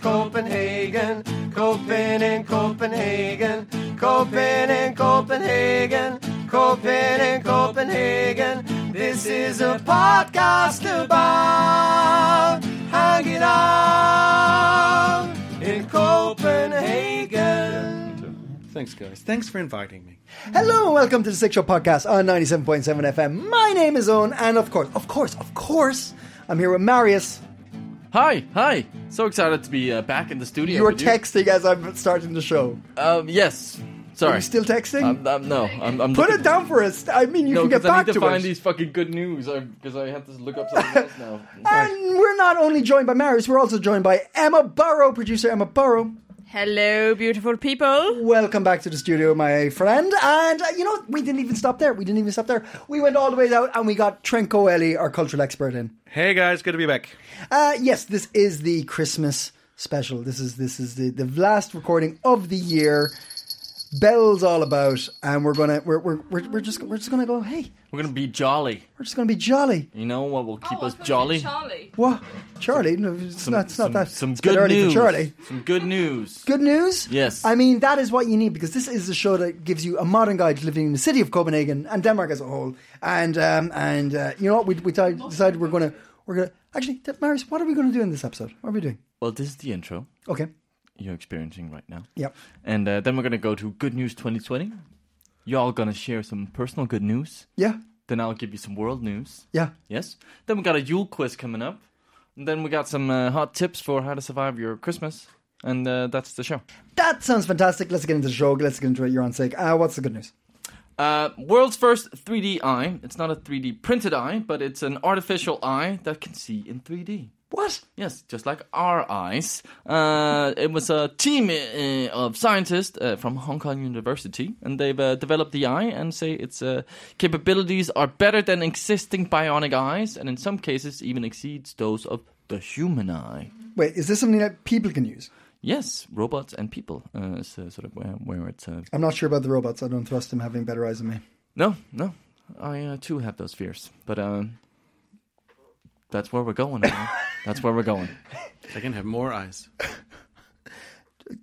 Copenhagen, Copenhagen, Copenhagen, Copenhagen, Copenhagen, Copenhagen, Copenhagen, Copenhagen. This is a podcast about hanging out in Copenhagen. Thanks, guys. Thanks for inviting me. Hello and welcome to the Six Show Podcast on 97.7 FM. My name is Owen, and of course, of course, of course, I'm here with Marius. Hi, hi! So excited to be uh, back in the studio. You were with texting as I'm starting the show. Um, yes. Sorry. Are you still texting? Um, um, no, I'm. I'm Put looking- it down for us. I mean, you No, can get 'cause I back need to, to, find us. these fucking good news because I have to look up something else now. And we're not only joined by Marius, we're also joined by Emma Burrow, producer Emma Burrow. Hello, beautiful people. Welcome back to the studio, my friend. And uh, you know, we didn't even stop there. We didn't even stop there. We went all the way out and we got Trenko Ellie, our cultural expert, in. Hey, guys. Good to be back. Uh, yes, this is the Christmas special. This is this is the, the last recording of the year. Bells all about, and we're gonna we're we're, we're, we're just we're just gonna go. Hey, We're gonna be jolly. we're just gonna be jolly. You know what will Oh, keep us jolly? Charlie. What, Charlie? No, it's not it's not some, that. Some it's a bit good early for news. Charlie. Some good news. Good news? Yes. I mean, that is what you need because this is the show that gives you a modern guide to living in the city of Copenhagen and Denmark as a whole. And um, and uh, you know what? We, we di- decided we're gonna we're gonna actually, Marius, what are we gonna do in this episode? What are we doing? Well, this is the intro Okay. you're experiencing right now, Yep. and uh, then we're gonna go to good news 2020. Y'all gonna share some personal good news. Yeah. Then I'll give you some world news. Yeah. Yes. Then we got a Yule quiz coming up. And then we got some uh, hot tips for how to survive your Christmas. And uh, that's the show. That sounds fantastic. Let's get into the show. Let's get into it. You're on sake. Uh, what's the good news? Uh, world's first 3D eye. It's not a 3D printed eye, but it's an artificial eye that can see in 3D. What? Yes, just like our eyes. Uh, it was a team uh, of scientists uh, from Hong Kong University, and they've uh, developed the eye and say its uh, capabilities are better than existing bionic eyes, and in some cases even exceeds those of the human eye. Wait, is this something that people can use? Yes, robots and people uh, is uh, sort of where, where it's. Uh, I'm not sure about the robots. I don't trust them having better eyes than me. no, no, I uh, too have those fears, but um, that's where we're going. Now. that's where we're going. They can have more eyes.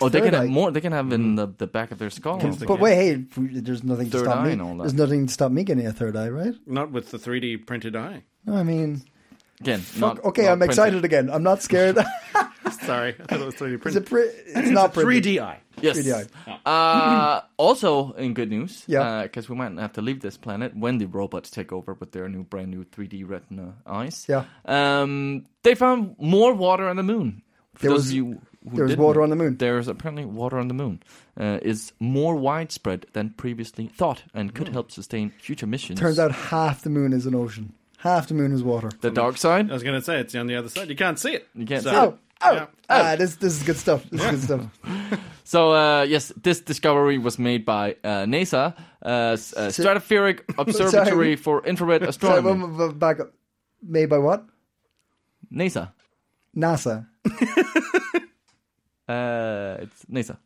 Oh, they Third can have eye. more. They can have Mm. in the, the back of their skull. But wait, hey, there's nothing to Third stop eye me. and all that. There's nothing to stop me getting a third eye, right? Not with the 3D printed eye. No, I mean, Again, fuck, not- okay, not I'm printed. excited again. I'm not scared. Sorry, I thought it was 3D it's a printed. pri- it's not pretty. 3D eye. Yes. 3D eye. Uh, also, in good news, Yeah. because we might have to leave this planet when the robots take over with their new, brand new 3D retina eyes. Yeah. Um, they found more water on the moon. For There those was- of you who there was didn't water know, on the moon. There is apparently water on the moon. Uh, is more widespread than previously thought, and could help sustain future missions. Hmm. Turns out half the moon is an ocean. Half the moon is water. the dark side. I was going to say, it's on the other side. You can't see it. You can't So- see it. Oh, oh, Yeah. Ah, this this is good stuff. This is good stuff. So uh, yes, this discovery was made by uh, NASA, uh, s- uh, Stratospheric Observatory for Infrared Sorry, Astronomy. one more um, uh, back up. Made by what? NASA. NASA. Uh, it's NASA.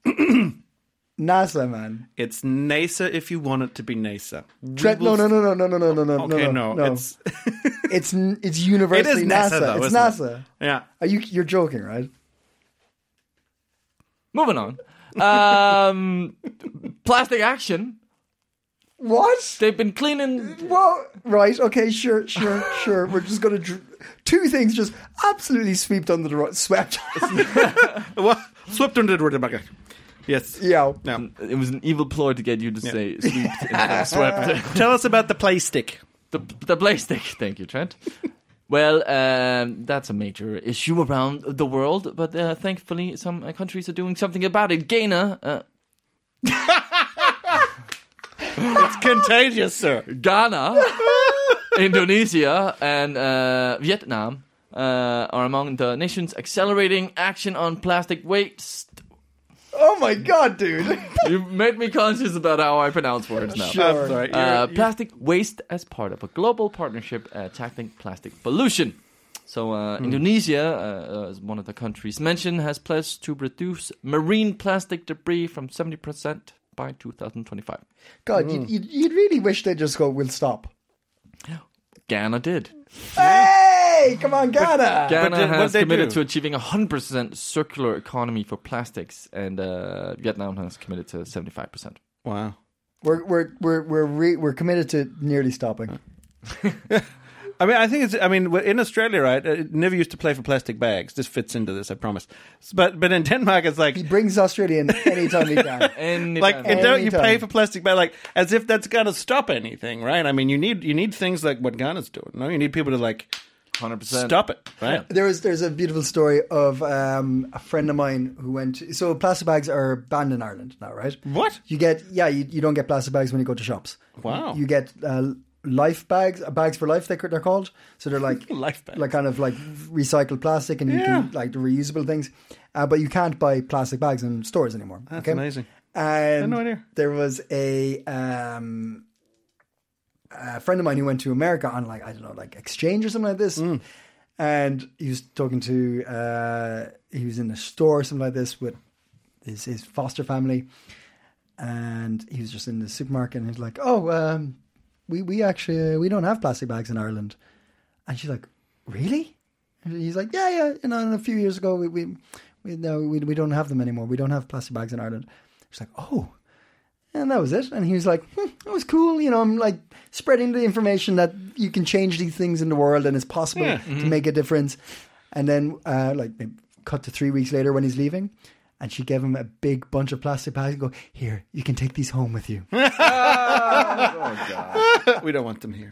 NASA, man. It's NASA if you want it to be NASA. We Trent, no, will- no, no, no, no, no, no, no, no, Okay, no, no, it's It's n- it's universally It is NASA. NASA though, it's isn't it? NASA. yeah. Are you you're joking, right? Moving on. Um, plastic action. What? They've been cleaning. Well, right. Okay, sure, sure, sure. We're just gonna dr- two things just absolutely swept under the rug. Swept. Well, swept under the water bucket. Yes. yeah. No. It was an evil ploy to get you to say sweeped instead of swept. Tell us about the play stick. the the plastic. Thank you, Trent. Well, um, that's a major issue around the world, but uh, thankfully some uh, countries are doing something about it. Ghana, uh, It's contagious, sir. Ghana Indonesia and uh, Vietnam uh, are among the nations accelerating action on plastic waste. Oh my god, dude. You made me conscious about how I pronounce words now. I'm sorry. Uh, You're- plastic waste as part of a global partnership uh, tackling plastic pollution. So, uh, Hmm. Indonesia, uh, uh, as one of the countries mentioned, has pledged to reduce marine plastic debris from 70% by 2025. God, you'd, you'd, you'd really wish they'd just go, we'll stop. Ghana did. Hey, come on, Ghana. Ghana did- what'd has they committed do? to achieving a 100% circular economy for plastics, and uh, Vietnam has committed to 75%. wow. We're, we're, we're, we're, re- we're committed to nearly stopping. I mean, I think it's. I mean, w- in Australia, right? uh, It never used to play for plastic bags. This fits into this, I promise. S- But but in Denmark, it's like He brings Australia in anytime he can. And like if it don't you Anytime. pay for plastic bag like as if that's gonna stop anything, right? I mean, you need you need things like what Ghana's doing. No, you need people to like 100%. stop it, right? There was there's a beautiful story of um, a friend of mine who went. To, so plastic bags are banned in Ireland now, right? What? you get? Yeah, you, you don't get plastic bags when you go to shops. Wow. You get uh, life bags, uh, bags for life. They, they're called. So they're like Life bags. like kind of like recycled plastic, and you Yeah. can like the reusable things. Uh, but you can't buy plastic bags in stores anymore. That's amazing. And no idea. there was a um, a friend of mine who went to America on like I don't know like exchange or something like this, Mm. and he was talking to uh, he was in a store or something like this with his, his foster family, and he was just in the supermarket and he's like, oh, um, we we actually uh, we don't have plastic bags in Ireland, and she's like, really? And he's like, yeah, yeah, you know, and a few years ago we we we no we we don't have them anymore. We don't have plastic bags in Ireland. She's like, oh. And that was it. And he was like, hmm, that was cool. You know, I'm like spreading the information that you can change these things in the world and it's possible to make a difference. And then, uh, like, maybe cut to three weeks later when he's leaving. And she gave him a big bunch of plastic bags and go, here, you can take these home with you. we don't want them here.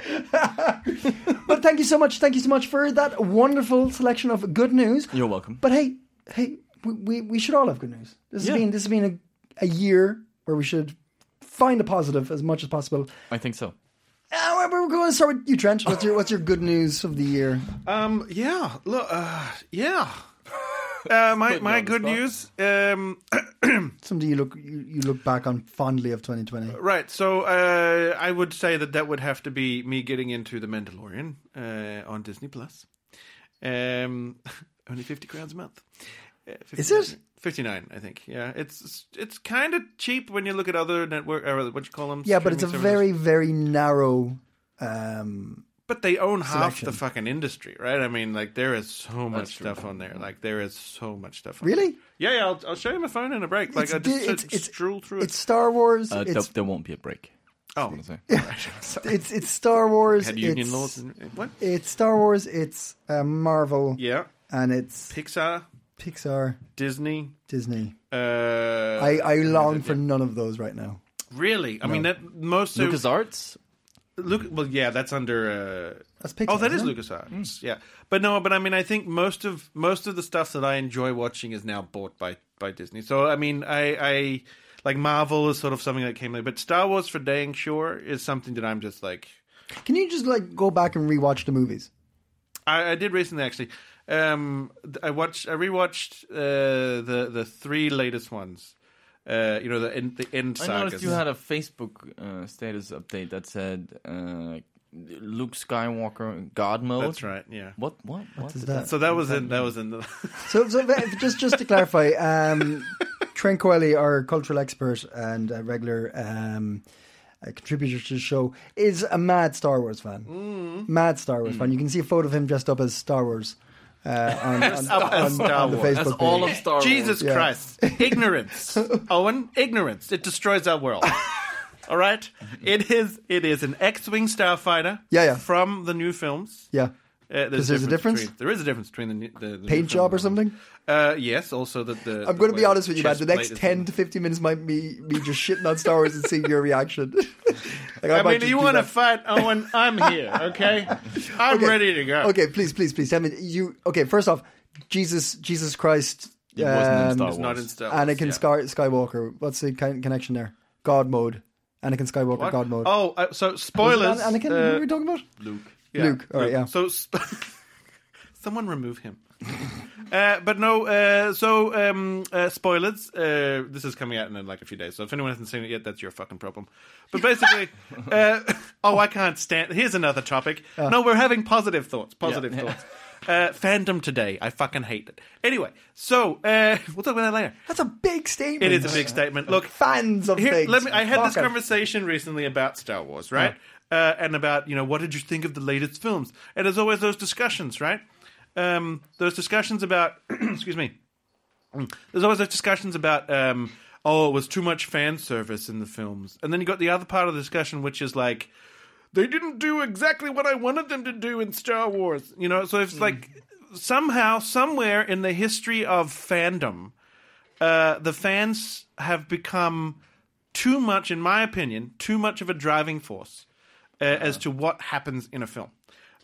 but thank you so much. Thank you so much for that wonderful selection of good news. You're welcome. But hey, hey, we, we, we should all have good news. This has Yeah. been, this has been a, a year where we should find a positive as much as possible. I think so. Uh, we're- we're going to start with you, Trent. What's your what's your good news of the year? Um. Yeah. Look. Uh, yeah. Uh, my my good news. Um. Something you look you, you look back on fondly of 2020. Right. So uh, I would say that that would have to be me getting into the Mandalorian uh, on Disney Plus. Um, only fifty crowns a month. Uh, 50, Is it? fifty-nine? I think. Yeah. It's it's kind of cheap when you look at other network. Or what you call them? Yeah, but it's a streaming services. very very narrow. Um, But they own half Selection. the fucking industry, right? I mean, like there is so much stuff on there. Like there is so much stuff. On Really? There. Yeah, yeah. I'll, I'll show you my phone in a break. Like It's I just di- it's- uh, it's- stroll through it's it. Star Wars. Uh, it's, there, there won't be a break. Oh, I'm saying. it's it's Star Wars. had union it's, laws. And, what? It's Star Wars. It's uh, Marvel. Yeah. And it's Pixar, Pixar, Disney. Disney. Uh, I, I long for none of those right now. really. I mean, that most so, LucasArts? Luke. Well, yeah, that's under. Uh, That's Pixar. oh, that is isn't it? LucasArts. Yeah, but no, but I mean, I think most of most of the stuff that I enjoy watching is now bought by by Disney. So I mean, I I like Marvel is sort of something that came later, but Star Wars for dang sure is something that I'm just like. Can you just like go back and rewatch the movies? I, I did recently actually. Um, th- I watched, I rewatched uh, the the three latest ones. Uh, you know the end, the end I sagas. noticed you had a Facebook uh, status update that said uh, Luke Skywalker in God mode. That's right. Yeah. What? What? What is did that? So that was in that was in the So, so uh, just just to clarify, um, Trent Coeli, our cultural expert and uh, regular um, uh, contributor to the show, is a mad Star Wars fan. Mm. Mad Star Wars fan. You can see a photo of him dressed up as Star Wars uh, on, on, up as on- Star on the Wars. Facebook That's page. all of Oh, Star Wars. Jesus Yeah. Christ. Ignorance. Owen, ignorance. It destroys our world. All right? It is it is an X-wing starfighter Yeah, yeah. from the new films. yeah, Uh, Is there a difference? Between, there is a difference between the, new- the, the new paint film job or and- something. Uh, yes, also the, the I'm going to be honest with you, man. The next ten to fifteen minutes might be me just shitting on Star Wars and seeing your reaction. Like, I, might mean, just you do want to that. fight Owen? I'm here, okay? I'm Okay. ready to go. Okay, please, please, please. Tell me you. Okay, first off, Jesus, Jesus Christ. It wasn't in um, Star It's not in Star Wars, Anakin yeah. Sky, Skywalker. What's the con- connection there? God mode. Anakin Skywalker. What? God mode. Oh, uh, so Was it spoilers. An- Anakin. uh, Who are we talking about? Luke. Yeah. Luke. All right, yeah. So sp- someone remove him. uh, but no, uh, so um, uh, spoilers. Uh, this is coming out in like a few days. So if anyone hasn't seen it yet, that's your fucking problem. But basically, uh, oh, I can't stand. Here's another topic. Uh. No, we're having positive thoughts. Positive Yeah. thoughts. Uh, fandom today. I fucking hate it. Anyway, so uh, we'll talk about that later. That's a big statement. It is a big statement. Look, Fans of here, things. Let me, I had this Fuck 'em. conversation recently about Star Wars, right? Uh, and about you know what did you think of the latest films? And there's always those discussions, right? Um, those discussions about excuse me. There's always those discussions about um, oh, it was too much fan service in the films, and then you got the other part of the discussion, which is like they didn't do exactly what I wanted them to do in Star Wars. You know, so it's Hmm. like somehow, somewhere in the history of fandom, uh, the fans have become too much, in my opinion, too much of a driving force uh, as to what happens in a film.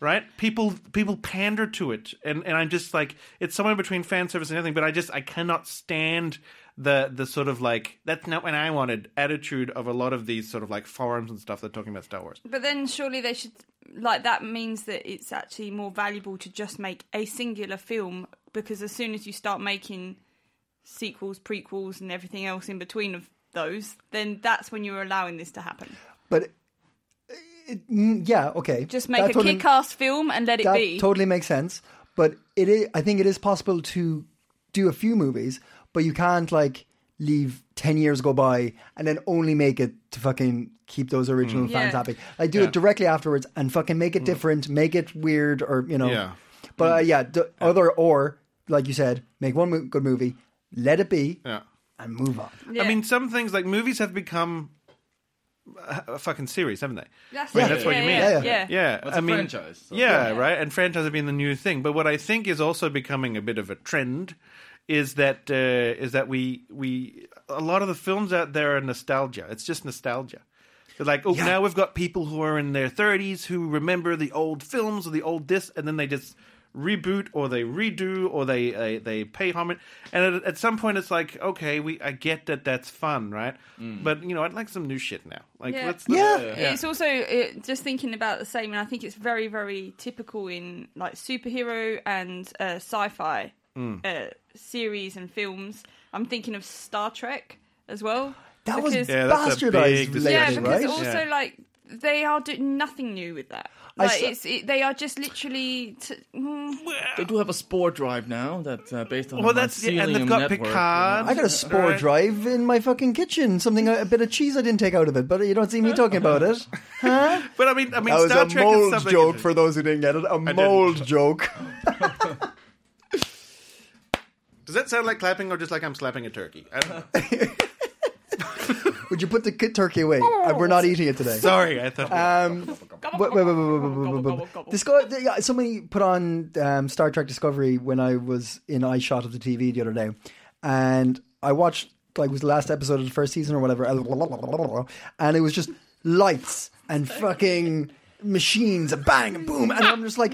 Right? People people pander to it, and and I'm just like it's somewhere between fan service and everything. But I just I cannot stand the the sort of like that's not what I wanted attitude of a lot of these sort of like forums and stuff that are talking about Star Wars. But then surely they should like that means that it's actually more valuable to just make a singular film because as soon as you start making sequels, prequels and everything else in between of those, then that's when you're allowing this to happen. But it, mm, yeah, okay. Just make That a totally- kick-ass film and let it that be. totally makes sense. But it is, I think it is possible to do a few movies, but you can't like leave ten years go by and then only make it to fucking keep those original fans Mm. Yeah. happy. Like do it directly afterwards and fucking make it different, make it weird, or you know. Mm. Yeah. Mm. But uh, yeah, d- other or like you said, make one mo- good movie, let it be, Yeah. and move on. Yeah. I mean, some things like movies have become uh, a a fucking series, haven't they? that's, mean, it. that's what yeah, you mean. Yeah, Yeah, yeah. Yeah, Well, it's I a mean, franchise, so- Yeah, right. And franchise have been the new thing. But what I think is also becoming a bit of a trend is that uh, is that we we a lot of the films out there are nostalgia. It's just nostalgia. They're like, oh, now we've got people who are in their thirties who remember the old films or the old this, and then they just reboot or they redo or they they, they pay homage. And at, at some point, it's like, okay, we I get that that's fun, right? Mm. But you know, I'd like some new shit now. Like, Yeah. let's, Yeah. let's- It's also uh just thinking about the same, and I think it's very, very typical in like superhero and uh, sci-fi Hmm. uh, series and films. I'm thinking of Star Trek as well. That was because- Yeah, that's a big bastardized decision. lately, yeah, thing, because right? also Yeah. like they are doing nothing new with that. I Like saw- it's it, they are just literally. T- mm, They do have a spore drive now that's uh, based on Well, the that's yeah, and mycelium they've got network, you know. Picard. I got a spore Right. drive in my fucking kitchen. Something a bit of cheese I didn't take out of it, but you don't see me talking about it. Huh? But I mean, I mean, That was Star a Trek is mold something. joke for those who didn't get it. A mold joke. Does that sound like clapping or just like I'm slapping a turkey? I don't know. Would you put the kid turkey away? Uh, We're not eating it today. Sorry, I thought. Um, wait, wait, wait, wait, wait, wait, wait, wait, wait. Disco- yeah, somebody put on um, Star Trek Discovery when I was in eye shot of the TV the other day, and I watched like was the last episode of the first season or whatever, and it was just lights and fucking machines, a bang, a boom, and I'm just like,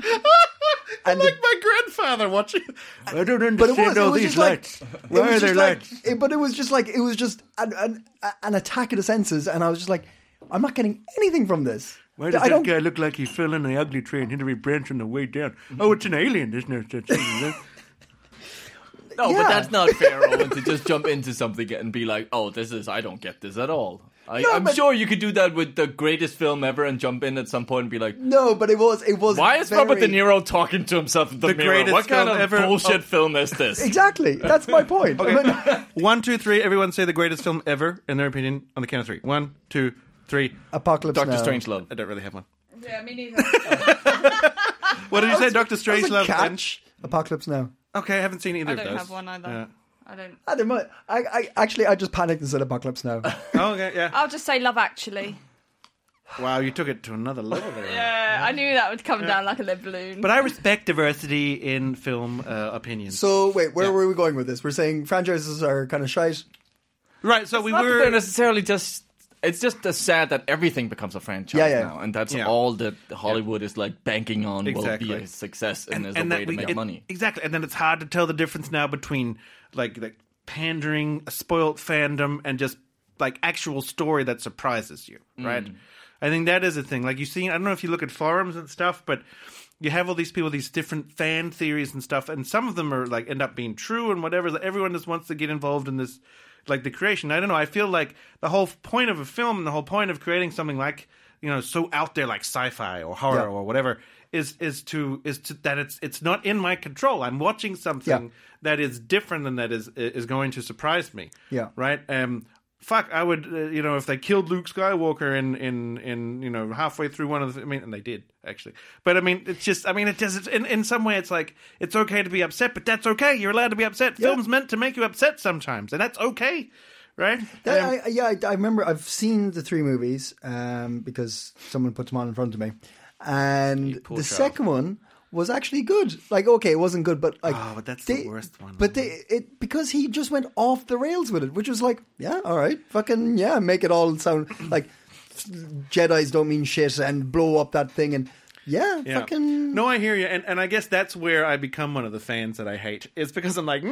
and the- like my grandfather watching. I don't understand but it was, it all was these just like, lights. it Why was are just there like- lights? it- but it was just like it was just an, an, an attack of the senses, and I was just like, I'm not getting anything from this. Why does I don't. that guy look like he fell in an ugly tree and hit a branch on the way down? Oh, it's an alien. There's no such thing. is there? No, Yeah. but that's not fair, Owen, to just jump into something and be like, oh, this is, I don't get this at all. I, No, I'm but- sure you could do that with the greatest film ever and jump in at some point and be like, No, but it was it was. why is very, Robert De Niro talking to himself in the, The mirror? greatest What kind film of ever- bullshit Oh. film is this? Exactly, that's my point. I mean, One, two, three. Everyone say the greatest film ever in their opinion on the count of three. One, two, three. Apocalypse Doctor Now. I Strangelove. don't really have one. Yeah, me neither. What did you say, Doctor That was a Strangelove? and- catch. Apocalypse Now. Okay, I haven't seen either I of those. don't have one either. I don't. I, don't mind. I, I actually I just panicked and said Apocalypse Now. Yeah. Oh, okay, yeah. I'll just say Love Actually. Wow, you took it to another level there. Yeah, I knew that would come down like a lead balloon. But I respect diversity in film uh, opinions. so wait, where Yeah. were we going with this? We're saying franchises are kind of shite. right, so we Not that they're were. necessarily just. It's just as sad that everything becomes a franchise Yeah, yeah. now, and that's Yeah. all that Hollywood is like banking on will be Exactly. a success and, as a way to we- make it- money. Exactly, and then it's hard to tell the difference now between like like Mm. pandering, a spoilt fandom, and just like actual story that surprises you, right? I think that is a thing. Like you see, I don't know if you look at forums and stuff, but you have all these people, these different fan theories and stuff, and some of them are like end up being true and whatever. Like, everyone just wants to get involved in this, like the creation. I don't know. I feel like the whole point of a film and the whole point of creating something like you know so out there like sci-fi or horror Yeah. or whatever is is to is to that it's it's not in my control. I'm watching something Yeah. that is different and that is is going to surprise me. Yeah. Right. Um. Fuck. I would. Uh, you know, if they killed Luke Skywalker in in in you know halfway through one of the. I mean, and they did actually. But I mean, it's just. I mean, it does. In in some way, it's like it's okay to be upset, but that's okay. You're allowed to be upset. Films meant to make you upset sometimes, and that's okay. Right. That- Um, I, I- yeah, I, I remember I've seen the three movies um, because someone put them on in front of me, and the poor child. second one was actually good. Like, okay, it wasn't good, but like, Oh, but that's the worst one. But they, it because he just went off the rails with it, which was like, yeah, all right, fucking yeah, make it all sound like Jedi's don't mean shit and blow up that thing and yeah, Yeah. fucking No, I hear you, and and I guess that's where I become one of the fans that I hate. It's because I'm like, no,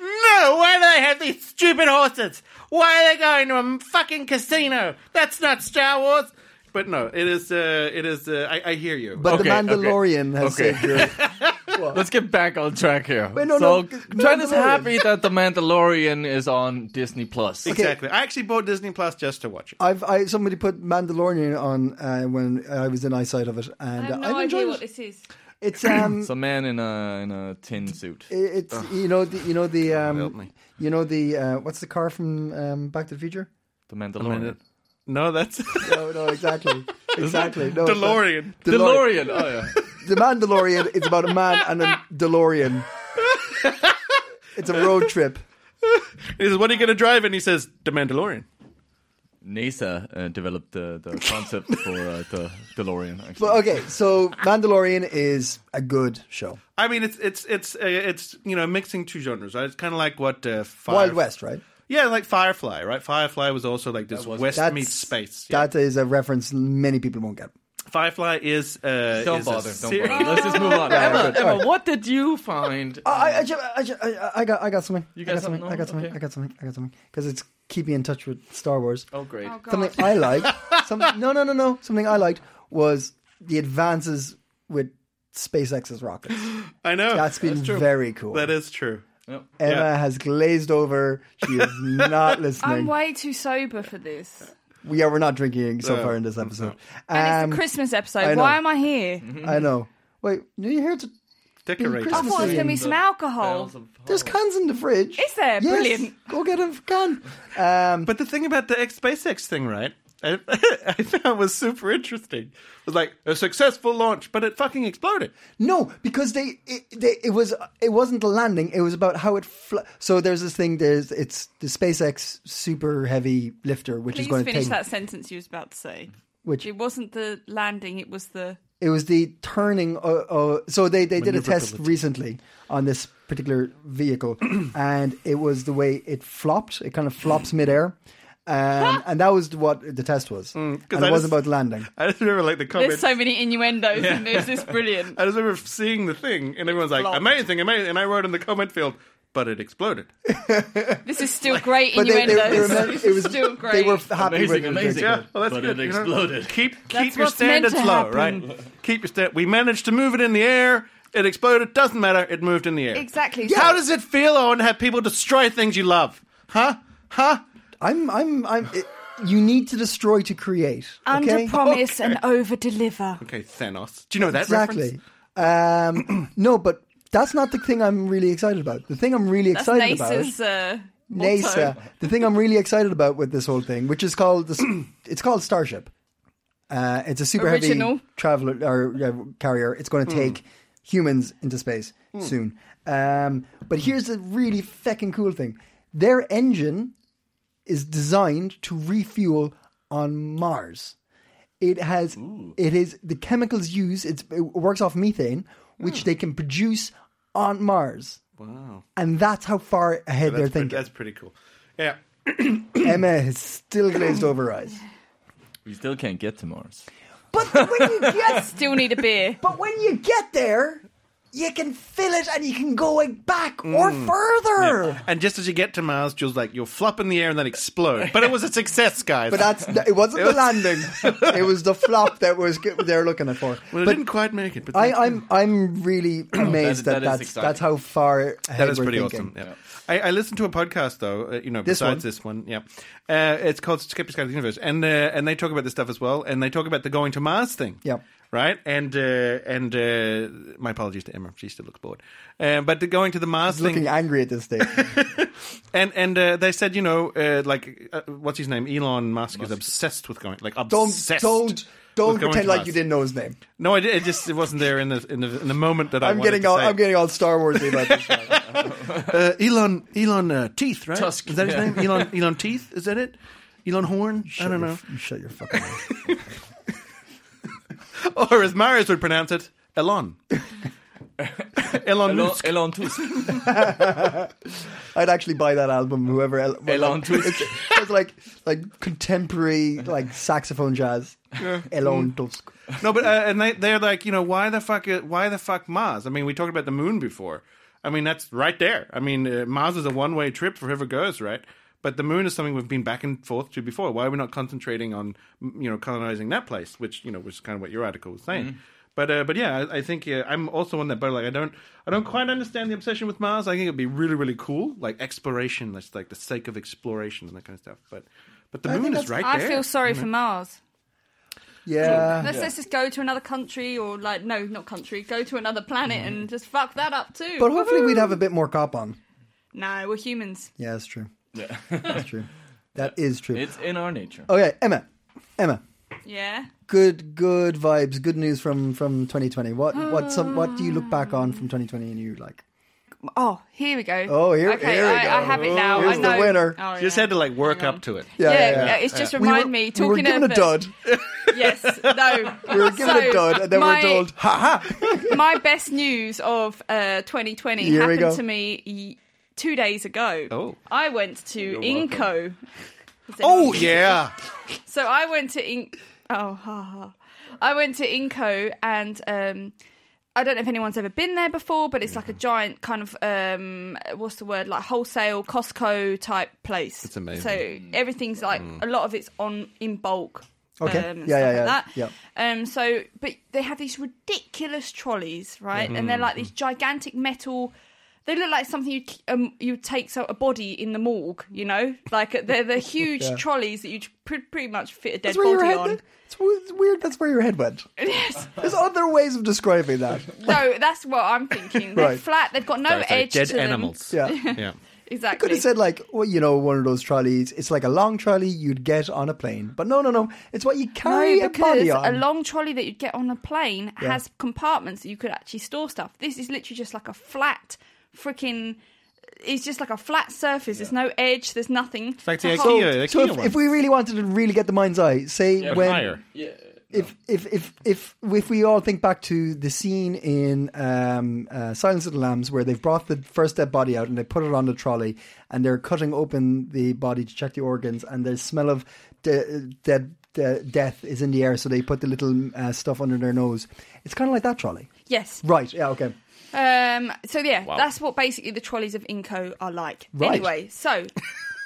no, why do they have these stupid horses? Why are they going to a fucking casino? That's not Star Wars. But no, it is. Uh, it is. Uh, I, I hear you. But Okay, the okay. Mandalorian has Okay. saved your. Let's get back on track here. Wait, no, so, no, 'cause Trent is Mandalorian. happy that The Mandalorian is on Disney Plus. exactly. I actually bought Disney Plus just to watch it. I've I somebody put Mandalorian on uh, when I was in eyesight of it, I and have uh, no I've idea enjoyed what it. this is. It's um, It's a man in a in a tin suit. i- it's you know the, you know the help um, me. you know the uh, what's the car from um, Back to the Future? The Mandalorian. No, that's No, no, exactly, exactly. No, it's not. DeLorean. DeLorean. Oh yeah. The Mandalorian is about a man and a DeLorean. It's a road trip. He says, "What are you going to drive?" And he says, "The Mandalorian." NASA uh, developed the, the concept for uh, the DeLorean. Actually. But okay, so Mandalorian is a good show. I mean, it's it's it's uh, it's you know mixing two genres. Right? It's kind of like what uh, Fire- Wild West, right? Yeah, like Firefly, right? Firefly was also like this West That's- meets space. Yeah. That is a reference many people won't get. Firefly is uh, Don't is a bother. Don't seri- bother. Let's just move on. Emma, Emma, what did you find? I, I, ju- I, ju- I, I got I got something. You I got got something. something? I got Oh, something. okay. I got something. I got something. Because it's keeping in touch with Star Wars. oh, great. Oh, God. Something I liked. some, no, no, no, no. Something I liked was the advances with SpaceX's rockets. I know That's been very cool. That is true. Emma yeah. has glazed over. She is not listening. I'm way too sober for this. yeah, we're not drinking so No, far in this episode. And it's Um, the Christmas I episode. know. Why am I here? I know. Wait, are you here to? Decorated. Oh, I thought it was going to be some alcohol. Bells of There's cans in the fridge. Oh. Is there? Yes, Brilliant. Go get a can. Um, But the thing about the X SpaceX thing, right? I, I found was super interesting. It was like a successful launch, but it fucking exploded. No, because they it, they it was it wasn't the landing. It was about how it. Fl- so there's this thing. There's it's the SpaceX super heavy lifter, which Please is going finish to take that sentence you was about to say. which It wasn't the landing, it was the. it was the turning. Uh, uh, so they they did a test recently on this particular vehicle, and it was the way it flopped. It kind of flops midair, um, and that was what the test was. and Mm, I it wasn't just- about landing. I just remember like the comment. There's so many innuendos in this. It's brilliant. I just remember seeing the thing, and everyone's like, Flopped. "Amazing, amazing!" And I wrote in the comment field, "But it exploded." This is still great But they, they, innuendos. they, remember, it was Still They great. were happy Amazing, with it. amazing. Yeah, well, that's But it good. you know? exploded. keep keep That's your what's meant standards to low, happen. right? Keep your stand. We managed to move it in the air. It exploded. Doesn't matter. It moved in the air. Exactly. How So- does it feel, Owen, to have people destroy things you love? Huh? Huh? I'm I'm I'm. It, you need to destroy to create. Under Okay? promise and over deliver. Okay, Thanos. Do you know Oh, that Exactly. reference? Um, no, but that's not the thing I'm really excited about. The thing I'm really That's excited NASA's. about Uh, motto. NASA. The thing I'm really excited about with this whole thing, which is called the, it's called Starship. Uh, it's a super Original. heavy traveler or uh, carrier. It's Hmm. going to take humans into space soon. Um, but here's the really fucking cool thing: their engine is designed to refuel on Mars. It has it is the chemicals used. It's, it works off methane, Hmm. which they can produce on Mars. Wow! And that's how far ahead they're That's, pretty, thinking. that's pretty cool. Yeah. Emma is still glazed over her eyes. We still can't get to Mars. But when you get, Still need a beer. but when you get there, you can fill it and you can go like back or further. And just as you get to Mars, Jules like you'll flop in the air and then explode. But it was a success, guys. But that's it wasn't the landing; it was the flop that was they're looking at for. well, it but didn't quite make it. But I, that's- I'm I'm really amazed that, that is that's exciting. that's how far ahead that is we're pretty thinking. awesome. Yeah. I, I listened to a podcast though, uh, you know, This besides one? this one. Yeah, uh, it's called Skeptics Guide to the Universe, and uh, and they talk about this stuff as well, and they talk about the going to Mars thing. Yep. Right, and uh, and uh, my apologies to Emma, she still looks bored. Uh, but the going to the Mars thing, Looking angry at this stage. and and uh, they said, you know, uh, like uh, what's his name, Elon Musk, is obsessed with going, like Don't obsessed. don't don't with going pretend to like Mars. you didn't know his name. No, I did, it just it wasn't there in the in the, in the moment that I I'm wanted getting to all say I'm it. getting all Star Wars about this. now. uh, Elon Elon uh, Teeth, right? Tusk, Is that his yeah. name? Elon Elon Teeth? Is that it? Elon Horn? I don't know. You shut your fucking mouth. Or as Marius would pronounce it, Elon. Elon Elon, Musk. Elon Tusk. I'd actually buy that album. Whoever El- well, Elon like, Tusk. It's, it's like like contemporary like saxophone jazz. Elon Tusk. No, but uh, and they they're like, you know, why the fuck i- why the fuck Mars? I mean, we talked about the moon before. I mean, that's right there. I mean, uh, Mars is a one way trip for whoever goes, right? But the moon is something we've been back and forth to before. Why are we not concentrating on m- you know colonizing that place, which you know, which is kind of what your article was saying. But uh, but yeah, I, I think uh, I'm also on that boat. Like I don't I don't quite understand the obsession with Mars. I think it'd be really really cool, like exploration. That's like the sake of exploration and that kind of stuff. But but the moon is right I there. feel sorry for Mars. Yeah. Let's, let's just go to another country or like no, not country. Go to another planet and just fuck that up too. But hopefully we'd have a bit more cop on. no, we're humans. Yeah, that's true. Yeah. That's true. That is true. It's in our nature. Okay, Emma. Emma. Yeah. Good good vibes, good news from from 2020. What what some what do you look back on from 2020 and you like? Oh, here we go. Oh, here- okay, here we I, I go. have it now. Here's I the know. winner. Oh, You just yeah. had to like work Hang on. up to it. Yeah, yeah, yeah. it's just We remind were- me we talking were given a of dud. Yes, no. We were given a So, dud, and then my- we're told, "Ha ha." my best news of uh, 2020 Here we happened go. to me y- two days ago. Oh. I went to Inco. Is it- Oh yeah. So I went to Inc. Oh, ha, ha. I went to Inco, and um, I don't know if anyone's ever been there before, but it's like a giant kind of um, what's the word like wholesale Costco type place. It's amazing. So everything's like a lot of it's on in bulk. Mm. Okay. Um, and Yeah, stuff yeah, like yeah. that. Yeah. Um, so, but they have these ridiculous trolleys, right? And Mm-hmm. they're like these gigantic metal. They look like something you um, you take so, a body in the morgue, you know, like they're the huge Yeah. trolleys that you pre- pretty much fit a dead That's where your body head on. It's w- it's weird that's where your head went. yes. There's other ways of describing that. No, that's what I'm thinking. They're Right. flat. They've got no Sorry, sorry, edge dead to them. animals. Yeah. Yeah. Exactly. Could have said like, well, you know, one of those trolleys. It's like a long trolley you'd get on a plane, but no, no, no. It's what you carry no, a body because on. a long trolley that you'd get on a plane has compartments that you could actually store stuff. This is literally just like a flat freaking. It's just like a flat surface. There's no edge. There's nothing. It's like the so, IKEA, so IKEA if, one. if we really wanted to really get the mind's eye, say But when higher. Yeah. if if if if if we all think back to the scene in um, uh, Silence of the Lambs where they've brought the first dead body out and they put it on the trolley and they're cutting open the body to check the organs and the smell of de- dead de- death is in the air, so they put the little uh, stuff under their nose. It's kind of like that trolley, Yes. right? Yeah, okay. Um, so yeah, that's what basically the trolleys of Inco are like. Right. Anyway, so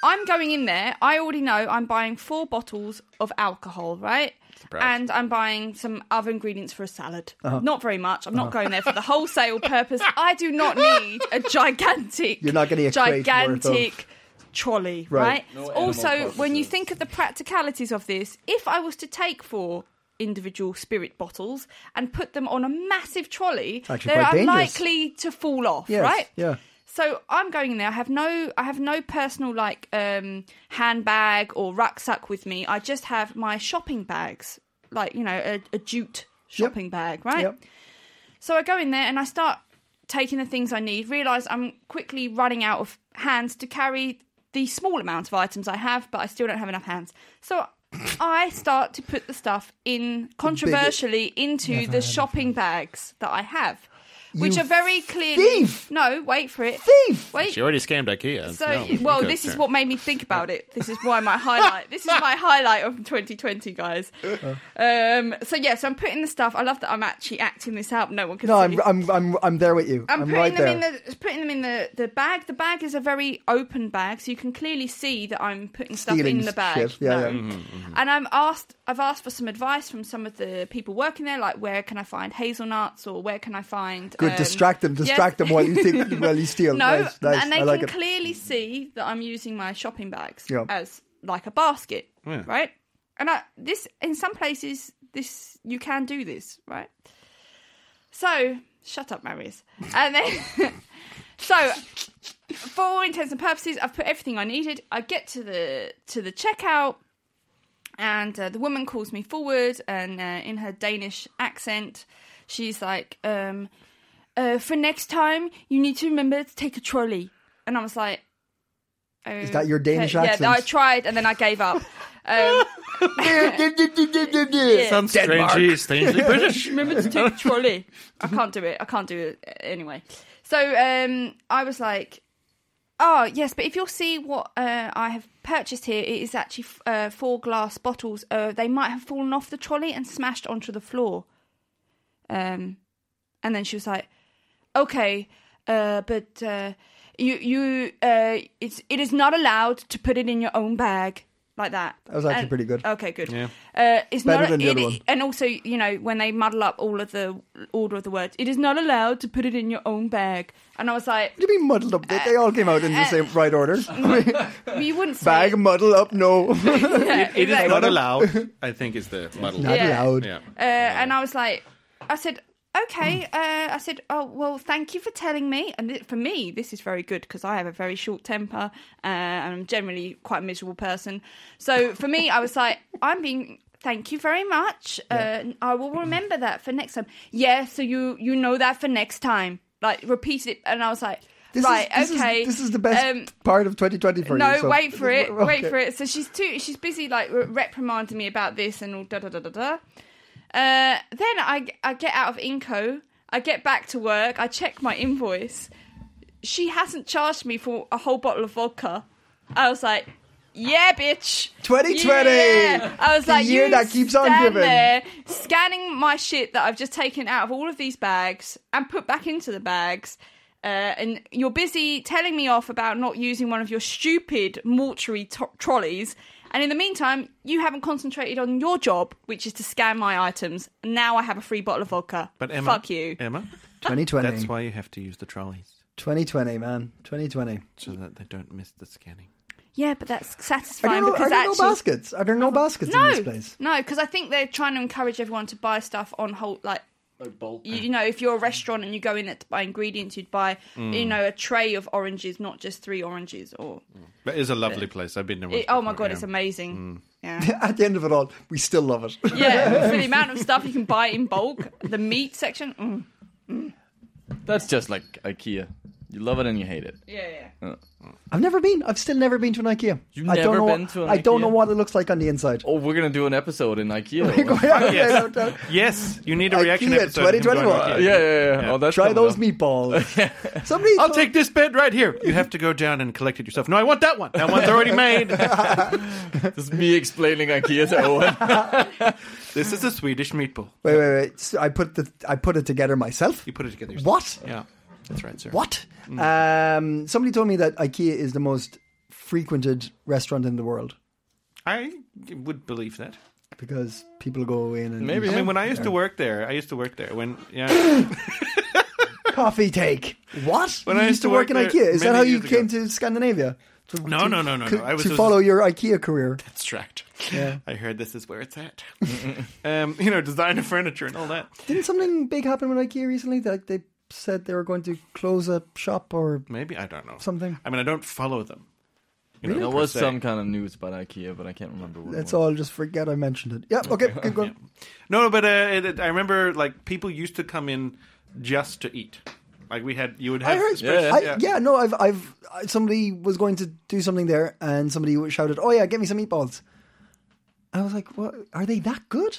I'm going in there. I already know I'm buying four bottles of alcohol, right? And I'm buying some other ingredients for a salad. Uh-huh. Not very much. I'm not going there for the wholesale purpose. I do not need a gigantic, You're not getting a crate worth of- gigantic trolley, Right. right? No animal also, when you purposes. think of the practicalities of this, if I was to take four individual spirit bottles and put them on a massive trolley, actually they're quite dangerous. unlikely to fall off, Yes, right? yeah. So I'm going in there. I have no, I have no personal like um, handbag or rucksack with me. I just have my shopping bags, like you know, a, a jute shopping bag, right? Yep. So I go in there and I start taking the things I need. Realize I'm quickly running out of hands to carry the small amount of items I have, but I still don't have enough hands. So I start to put the stuff in controversially into the shopping bags that I have. which are very clearly thief! no. Wait for it. Thief! Wait. She already scammed IKEA. So, No, well, okay, this is fair. what made me think about it. This is why my highlight. This is my highlight of 2020, guys. Um, so yeah, so I'm putting the stuff. I love that I'm actually acting this out. No one can. No, see. I'm, I'm, I'm, I'm there with you. I'm I'm, putting right them there. in the putting them in the, the bag. The bag is a very open bag, so you can clearly see that I'm putting Stealing stuff in the bag. shit, yeah, No. yeah. Mm-hmm, And I'm asked. I've asked for some advice from some of the people working there, like where can I find hazelnuts or where can I find Good, um, distract them, yes. distract them while you think, while you steal. No, nice, nice. and they I like can it. clearly see that I'm using my shopping bags Yeah. as like a basket, right? And I, this in some places, this you can do this, right? So shut up, Marius. And then, so for all intents and purposes, I've put everything I needed. I get to the to the checkout, and uh, the woman calls me forward, and uh, in her Danish accent, she's like, um, uh, "For next time, you need to remember to take a trolley." And I was like, "Is that your Danish Yeah, accent? I tried, and then I gave up. Um, yeah. Sounds strangely, strangely British. remember to take a trolley. I can't do it. I can't do it anyway. So um, I was like, oh yes, but if you'll see what uh, I have purchased here, it is actually f- uh, four glass bottles. Uh, they might have fallen off the trolley and smashed onto the floor. Um, and then she was like, okay, uh, but uh, you you uh, it's it is not allowed to put it in your own bag like that. That was actually pretty good. Okay, good. Uh, it's Better not than the it- other one. And also, you know, when they muddle up all of the order of the words, it is not allowed to put it in your own bag. And I was like, What do you mean muddled up? They, they all came out in the Uh, same right order. well, you wouldn't say Bag muddle up, no, not Yeah, It is exactly. not allowed. I think is the muddle. Yeah. allowed. Yeah. Uh, and I was like, I said, okay. Mm. Uh, I said, oh well, thank you for telling me. And th- for me, this is very good because I have a very short temper uh, and I'm generally quite a miserable person. So for me, I was like, I'm being. Thank you very much. Uh, I will remember that for next time. Yeah, so you you know that for next time. Like repeat it, and I was like, This right, is, this okay. Is, this is the best Um, part of 2020 for no, you. so- wait for it. Wait Okay. for it. So she's too. She's busy like re- reprimanding me about this and all da da da da da. Uh, then I I get out of Inco. I get back to work. I check my invoice. She hasn't charged me for a whole bottle of vodka. I was like, yeah, bitch. 2020. Yeah. I was The like, year you that keeps on stand giving. there scanning my shit that I've just taken out of all of these bags and put back into the bags. Uh, and you're busy telling me off about not using one of your stupid mortuary to- trolleys. And in the meantime, you haven't concentrated on your job, which is to scan my items. And now I have a free bottle of vodka. But Emma, fuck you. Emma. 2020. That's why you have to use the trolleys 2020, man. 2020. so that they don't miss the scanning. Yeah, but that's Are there, satisfying no, because are there actually, no baskets? Are there no baskets in this no, place? no, because I think they're trying to encourage everyone to buy stuff on whole, like bulk. you, you know, if you're a restaurant and you go in there to buy ingredients, you'd buy, Mm. you know, a tray of oranges, not just three oranges. Or Mm. But it's a lovely place. I've been there. once it, oh my before, god, it's yeah. amazing. Yeah, At the end of it all, we still love it. yeah. For the amount of stuff you can buy in bulk, the meat section. Mm. That's just like IKEA. You love it and you hate it. Yeah, yeah. I've never been. I've still never been to an IKEA. You've I don't never know been what, to an I don't know IKEA? what it looks like on the inside. Oh, we're gonna do an episode in IKEA. Yeah, no, no. Yes, you need a IKEA reaction episode. if you're 2021. going to IKEA. yeah, yeah, yeah. Oh, that's Try coming those up. meatballs. Somebody. I'll take this bed right here. You have to go down and collect it yourself. No, I want that one. That one's already made. This is me explaining IKEA to Owen. this is a Swedish meatball. Wait, wait, wait. So I put the I put it together myself. You put it together. yourself. What? Yeah, that's right, sir. What? Um, somebody told me that IKEA is the most frequented restaurant in the world I would believe that. because people go in and Maybe. eat I mean, when I used to work there, I used to work there. When yeah, coffee take. What? When you I used used to to work in work IKEA. there Is that many how you years came ago. to Scandinavia? To, No, to- no, no, no, no. to- I was to just- follow your IKEA career. distract. Yeah. I heard this is where it's at. um, you know, designer furniture and all that. Didn't something big happen with IKEA recently? That they said they were going to close a shop or Maybe I don't know something. I mean, I don't follow them. You There per was se. some kind of news about IKEA, but I can't remember what. Let's it was. all just forget I mentioned it. Yeah. Okay. Keep going. No, but uh, it, it- I remember like people used to come in just to eat. Like we had, you would I have. heard. special- I, yeah. no, I've, I've, I, somebody was going to do something there, and somebody shouted, "Oh yeah, get me some meatballs." I was like, "What? Are they that good?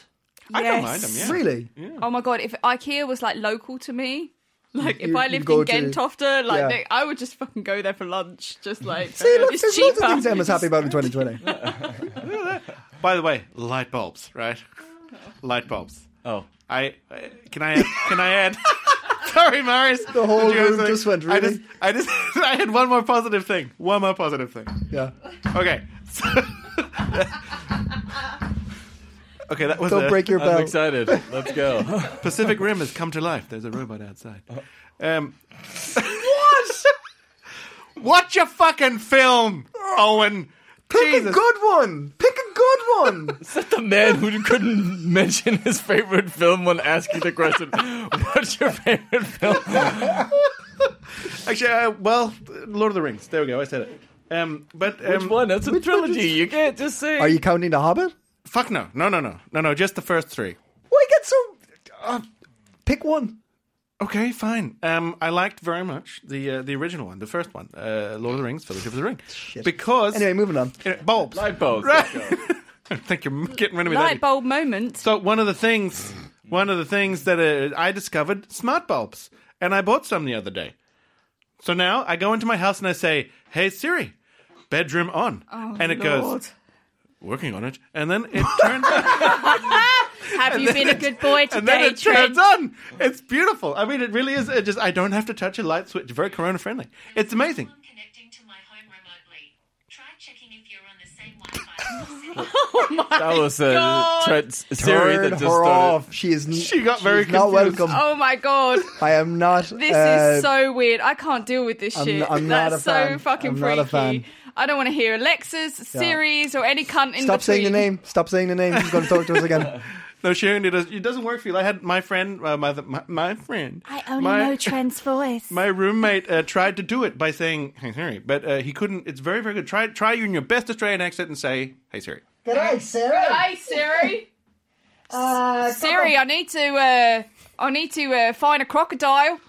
I don't mind them. Yeah. Really? Oh my god, if IKEA was like local to me, Like if You- I you lived go in to- Ghent after, like yeah. they- I would just fucking go there for lunch. Just like See, look, it's there's cheaper. lots of things Emma's happy about in 2020. By the way, light bulbs, right? Light bulbs. Oh. I I- can I add, can I add? Sorry, Marius. The whole room just went, I "Really?" just I just I had one more positive thing. One more positive thing. Yeah. Okay. So, okay, that was Don't a- break your I'm belt. excited. Let's go. Pacific Rim has come to life. There's a robot outside. Um, what? Watch a fucking film, Owen. Pick a Jesus. good one. Pick a good one. the man who couldn't mention his favorite film when asking the question, "What's your favorite film?" Actually, uh, well, Lord of the Rings. There we go. I said it. Um, but um, Which one? That's a trilogy. You can't just say. Are you counting The Hobbit? Fuck no, no, no, no, no, no. Just the first three. Why get so? Uh, pick one. Okay, fine. Um, I liked very much the uh, the original one, the first one, uh, Lord of the Rings, Fellowship of the Ring, because Anyway, moving on. You know, bulbs. Light bulbs. I think you're getting rid of me. Light Light bulb moment. So one of the things, one of the things that uh, I discovered smart bulbs, and I bought some the other day. So now I go into my house and I say, "Hey Siri, bedroom on," and it Lord. goes working on it, and then it turns. Have you been a good boy and then today, it Trent? turns on. It's beautiful. I mean, it really is. It just I don't have to touch a light switch. Very corona friendly. It's amazing. I'm connecting to my home remotely. Try checking if you're on the same Wi-Fi. That was a Trent Siri Turn that just her started. off. She is. n- She got very is not confused. welcome. Oh my god. I am not. This uh, is so weird. I can't deal with this I'm- shit. I'm not That's a fan. so fucking I'm freaky. not a fan. I don't want to hear Alexa's, Siri's, or any cunt in Stop saying the between. name. Stop saying the name. She's going to talk to us again. No, Sharon, it, does, it doesn't work for you. I had my friend, uh, my, my my friend. I only know Trent's voice. My roommate uh, tried to do it by saying "Hey Siri," but uh, he couldn't. It's very very good. Try try you in your best Australian accent and say "Hey Siri." Hey Siri. Uh, Siri, I need to uh, I need to uh, find a crocodile.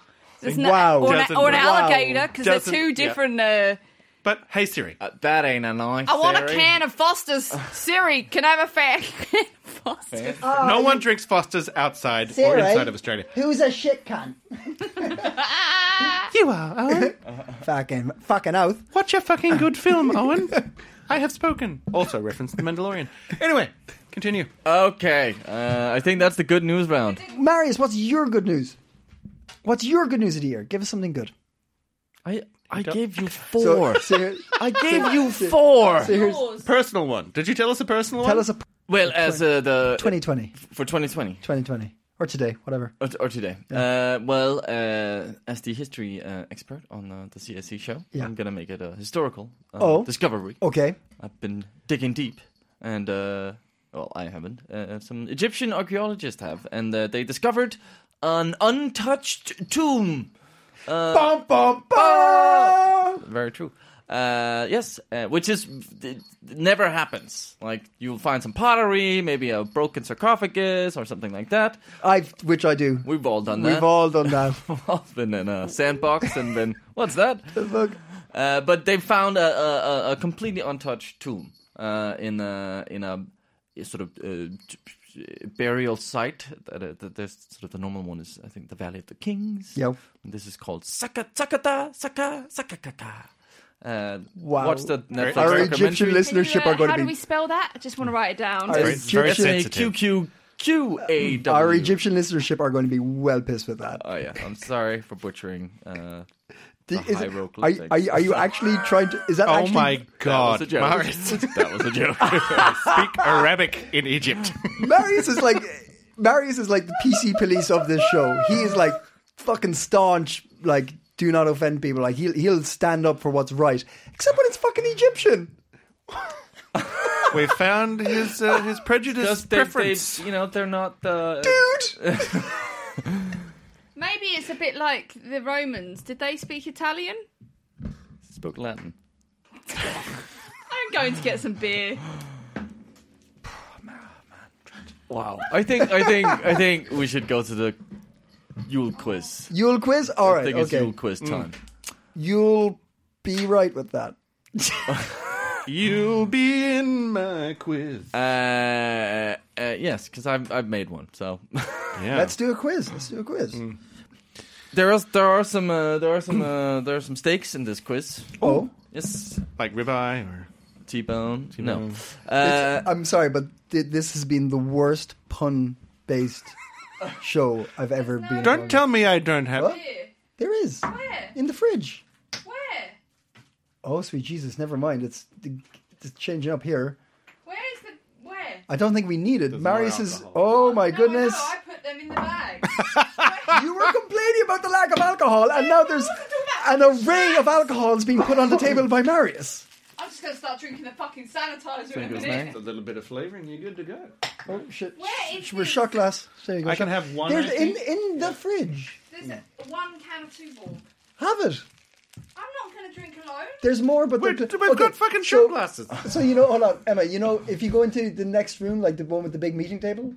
There's no- Wow. or, an, Doesn't or an work. alligator because they're Doesn't- two yeah. different. Uh, But "Hey Siri." Uh, That ain't a nice. I want a Siri. can of Foster's. Siri, can I have a fan can of Foster's? no one drinks Fosters outside or inside of Australia. Who's a shit cunt? You are Owen. Fucking, fucking out. Watch a fucking good film, Owen. I have spoken. Also referenced The Mandalorian. Anyway, continue. Okay, uh, I think that's the good news round. Marius, what's your good news? What's your good news of the year? Give us something good. I I gave you So- four. so here- I gave you four. so here's- Personal one. Did you tell us a personal one? tell us a p- Well, as uh, the 2020, for 2020 2020, or today, whatever. or, or today. Uh, well, uh, as the history uh, expert on uh, the CSC show, Yeah. I'm gonna make it a historical uh, Oh. discovery. Okay. I've been digging deep, and uh, well, I haven't. Uh, some Egyptian archaeologists have, and uh, they discovered an untouched tomb. Uh, bum, bum, bum. Very true. Uh, yes, uh, which is it never happens. Like you'll find some pottery, maybe a broken sarcophagus or something like that. I've, which I do. We've all done We've that. all done that. We've all been in a sandbox and been what's that? Look, Uh, but they found a, a, a- a completely untouched tomb uh, in a in a sort of uh, burial site. That, uh, that there's sort of the normal one is I think the Valley of the Kings. Yep. And this is called Saka Sakata Saka Sakakaka. Uh, Wow. Watch the Netflix our documentary. Egyptian listenership are going how to do be. we spell that? I just want to write it down. Our Very- very Egyptian- sensitive. Q Q Q A W. our Egyptian listenership are going to be well pissed with that. Oh yeah, I'm sorry for butchering. Uh, The- the is it- are, hieroglyphics. you- are, you- are you actually trying to? Is that Oh actually? my that was god. a joke. Marius. that was a joke. Speak Arabic in Egypt. Marius is like Marius is like the PC police of this show. He is like fucking staunch, like do not offend people. Like he'll he'll stand up for what's right, except when it's fucking Egyptian. we found his uh, his prejudice Just they, they, preference. you know, they're not uh, the. Dude, Maybe it's a bit like the Romans. Did they speak Italian? spoke Latin. I'm going to get some beer. Wow. I think I think I think we should go to the Yule quiz. Yule quiz. All I right, think it's okay. Mm. Yule quiz time. You'll be right with that. You'll be in my quiz. Uh, uh, yes, because I've I've made one. So yeah. Hmm. Let's do a quiz. Let's do a quiz. There are there are some uh, there are some uh, there are some stakes in this quiz. Oh, Yes, like ribeye or T Bone. No, T-bone. uh, I'm sorry, but th- this has been the worst pun-based show I've ever been. on. don't tell me I don't have. What? There is Where? in the fridge. Where? Oh, sweet Jesus! Never mind. It's it's changing up here. Where is the where? I don't think we need it. more Marius is. alcohol. Oh my No, goodness! I, know, I put them in the bag. You were complaining about the lack of alcohol, and now there's an array of alcohols being put on the table by Marius. I'm just gonna start drinking the fucking sanitizer in a it was minute. nice. A little bit of flavoring, you're good to go. Oh shit! Where is We're this? shot glass. There you go. I can shot- have one. There's I in think. in the fridge. There's a, one can of two ball. Have it. I'm not gonna drink alone. There's more, but We've, they're- we've okay, got fucking so- shot glasses. So you know, hold on, Emma. You know, if you go into the next room, like the one with the big meeting table,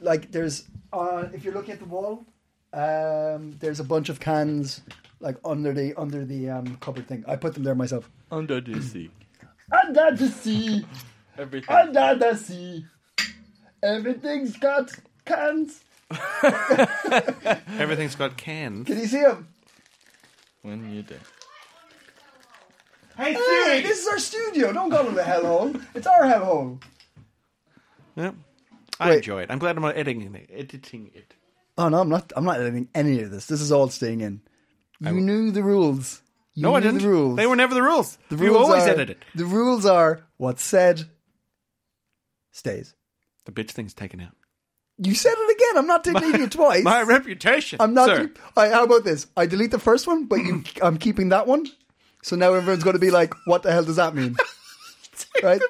like there's, uh, if you're looking at the wall, um, there's a bunch of cans like under the under the um, cupboard thing. I put them there myself. under the sea. Under the sea, Everything. under the sea, everything's got cans. Everything's got cans. Can you see them? When you do. Hey Hey, this is our studio. Don't call it a hellhole. It's our hellhole. Yep. I Wait. enjoy it. I'm glad I'm not editing it. Editing it. Oh no, I'm not. I'm not editing any of this. This is all staying in. You knew the rules. You No, knew I didn't. The rules. They were never the rules. The you always are, edit it. The rules are what's said stays. The bitch thing's taken out. You said it again. I'm not deleting it twice. My reputation. I'm not. Sir. Keep, I, how about this? I delete the first one, but you, I'm keeping that one. So now everyone's going to be like, "What the hell does that mean?" right?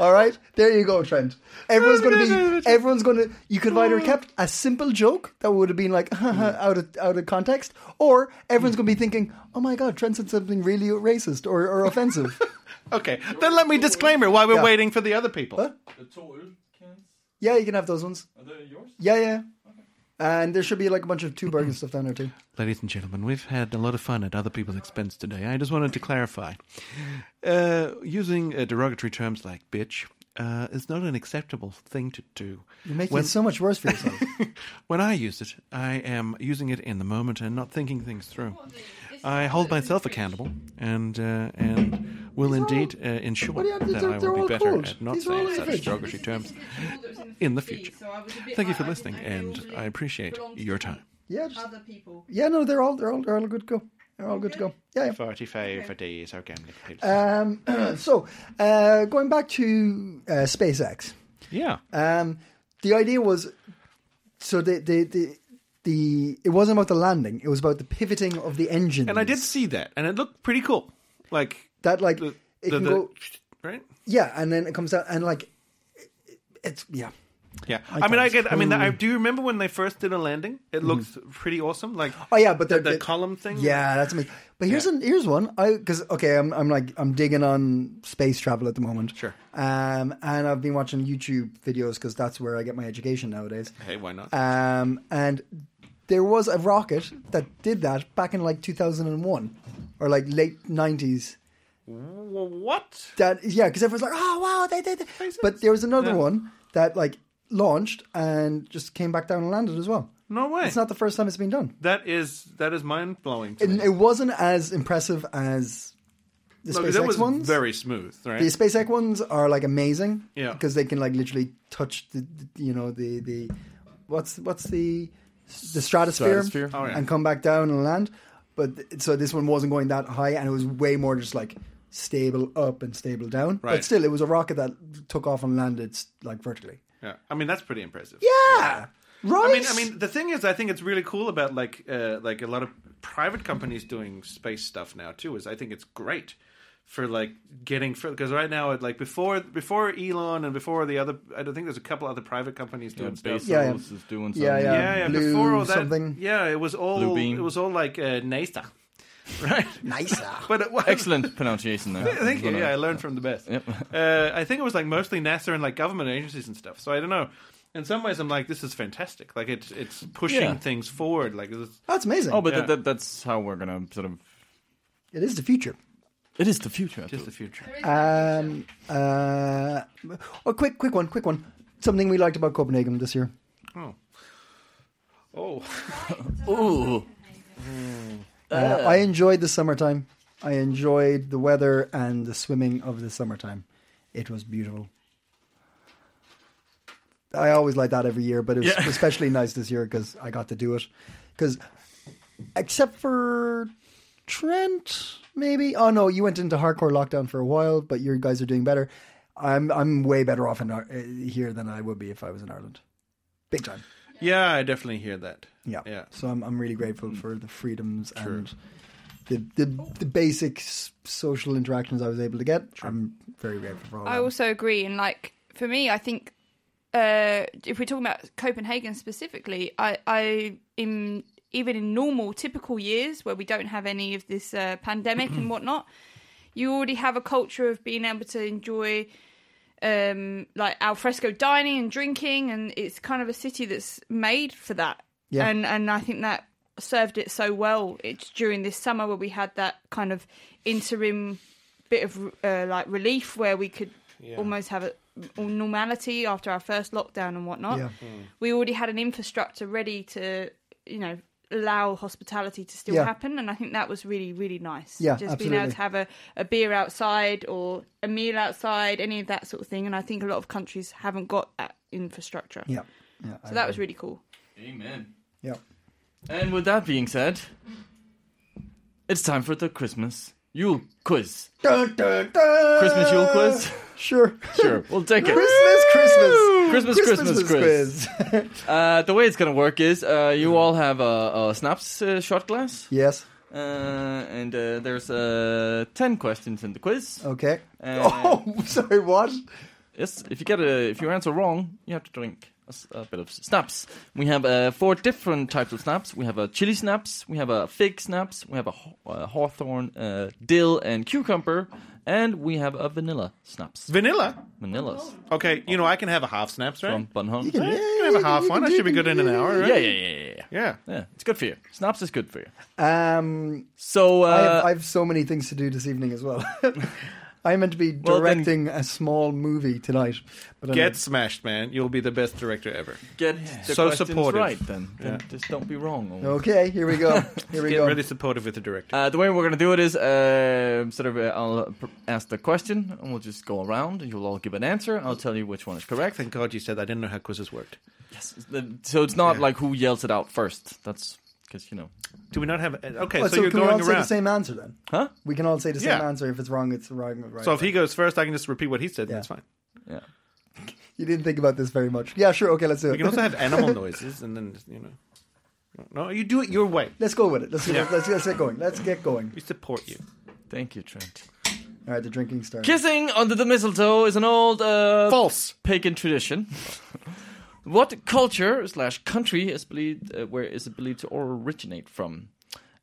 All right. There you go, Trent. Everyone's going to be. Everyone's going to. You could have either Oh. kept a simple joke that would have been like Mm. out of out of context, or everyone's going to be thinking, "Oh my god, Trent said something really racist or, or offensive." okay, then let me disclaimer while we're Yeah. waiting for the other people. What? The tall cans yeah, you can have those ones. are they yours? Yeah, yeah. And there should be like a bunch of two burger stuff down there too. Ladies and gentlemen, we've had a lot of fun at other people's expense today. I just wanted to clarify. Uh, using uh, derogatory terms like bitch uh, is not an acceptable thing to do. You're making When- it so much worse for yourself. When I use it, I am using it in the moment and not thinking things through. I hold myself accountable and uh, and will indeed uh, ensure what do you- that they're- I they're will all be better cold. at not These are all saying in the such fridge. derogatory terms. in the future. Thank you for listening, and I appreciate your time. yeah, just- Other people. yeah. No, they're all they're all they're all good to go. They're all good to go. Yeah, yeah. 45 days organic Um, so uh, going back to uh, SpaceX, yeah. um, the idea was so the the the. The it wasn't about the landing; it was about the pivoting of the engine. And I did see that, and it looked pretty cool. Like, that, like the, it the- can the- go, right? yeah, and then it comes out, and like it- it's yeah, Yeah. I I, thought mean, I it Mm-hmm. was get, I mean, I cool. do you remember when they first did a landing? It looked pretty awesome. Like, oh yeah, but the, they're- the they- column thing. Yeah, that's amazing. But here's an here's one. I because okay, I'm I'm like I'm digging on space travel at the moment. Sure. Um, and I've been watching YouTube videos because that's where I get my education nowadays. Hey, why not? Um, and there was a rocket that did that back in like 2001 or like late 90s. Wh- what? That yeah, because everyone's like, oh wow, they did. it. Makes But sense. there was another Yeah. one that like launched and just came back down and landed as well. No way. It's not the first time it's been done. That is that is mind blowing. And it wasn't as impressive as the Look, that SpaceX was ones. very smooth, right? the SpaceX ones are like amazing, Yeah. because they can like literally touch the, the you know the the what's what's the the stratosphere, Stratosphere. Oh, yeah. and come back down and land. But th- so this one wasn't going that high, and it was way more just like stable up and stable down. But Right. still, it was a rocket that took off and landed like vertically. yeah. I mean, that's pretty impressive. Yeah, right. I mean, I mean, the thing is, I think it's really cool about like uh, like a lot of private companies doing space stuff now too. Is I think it's great for like getting because right now it like before before Elon and before the other, I don't think there's a couple other private companies doing Bezos space. Yeah, yeah. is doing something. Yeah, yeah. yeah, yeah. Blue before all that, something. yeah, it was all Blue beam. it was all like uh, NASA, right? nicer. but it was, Excellent pronunciation there. Thank you. Yeah, I learned from the best. Uh, I think it was like mostly NASA and like government agencies and stuff. So I don't know. In some ways, I'm like, this is fantastic. Like it's it's pushing Yeah. things forward. Like it's, That's amazing. Oh, but Yeah. that, that, that's how we're gonna sort of. it is the future. It is the future. just the future. Um, uh, oh, quick, quick one, quick one. Something we liked about Copenhagen this year. Oh, Ooh. Uh, I enjoyed the summertime. I enjoyed the weather and the swimming of the summertime. It was beautiful. I always like that every year, but it was Yeah. especially nice this year because I got to do it. Because except for Trent, maybe. Oh no, you went into hardcore lockdown for a while, but your guys are doing better. I'm I'm way better off in Ar- uh, here than I would be if I was in Ireland, big time. yeah, I definitely hear that. Yeah. Yeah. So I'm I'm really grateful for the freedoms and the, the the basic s- social interactions I was able to get. I'm very grateful for all I that. also agree, and like for me, I think uh, if we're talking about Copenhagen specifically, I, I in even in normal, typical years where we don't have any of this uh, pandemic and whatnot, you already have a culture of being able to enjoy um, like al fresco dining and drinking, and it's kind of a city that's made for that. Yeah. And and I think that served it so well. It's during this summer where we had that kind of interim bit of uh, like relief where we could almost have a or normality after our first lockdown and whatnot. Yeah. We already had an infrastructure ready to, you know, allow hospitality to still Yeah. happen, and I think that was really really nice. Yeah, just being able absolutely. to have a, a beer outside or a meal outside, any of that sort of thing. And I think a lot of countries haven't got that infrastructure. yeah. Yeah. So that was really cool. Amen. yeah. And with that being said, it's time for the Christmas Yule quiz. Dun, dun, dun. Christmas Yule quiz? Sure. Sure, we'll take it. Uh, Christmas, Christmas. Christmas, Christmas, quiz. Uh, the way it's gonna work is uh, you all have a, a snaps uh, shot glass, yes. uh, and uh, there's uh, ten questions in the quiz. Okay. Uh, oh, sorry. What? Yes, if you get a, if you answer wrong, you have to drink a, s- a bit of snaps. We have uh, four different types of snaps. We have a chili snaps, we have a fig snaps, we have a, haw- uh hawthorn, uh, dill, and cucumber, and we have a vanilla snaps. Vanilla. Vanillas Okay, you know I can have a half snaps, right? from Bun Hung. can- yeah, I can have a half You one. I do- should be good in an hour, right? yeah, yeah, yeah, yeah. Yeah. Yeah, it's good for you. Snaps is good for you. Um, So, uh, I, have, I have so many things to do this evening as well. I meant to be Well, then- directing a small movie tonight, but I Get smashed, man. You'll be the best director ever. get the So questions supportive. right then. Then Just don't be wrong. or- Okay, here we go. Here we Get go. really supportive with the director. Uh, the way we're going to do it is uh, sort of uh, I'll pr- ask the question and we'll just go around and you'll all give an answer. I'll tell you which one is correct. Thank God you said that. I didn't know how quizzes worked. Yes. The- So it's not like who yells it out first. That's because, you know. Do we not have? Okay, Oh, so, you're can we all going say the around. same answer then? Huh? We can all say the same Yeah. answer. If it's wrong, it's wrong. Right. So if he goes first, I can just repeat what he said. and Yeah. That's fine. Yeah. you didn't think about this very much, yeah, sure. Okay, let's do We can it. also have animal noises, and then you know. No, you do it your way. Let's go with it. Let's, Yeah. let's let's get going. Let's get going. We support you. Thank you, Trent. All right, the drinking starts. Kissing under the mistletoe is an old uh, False. pagan tradition. what culture slash country is believed uh, where is it believed to originate from,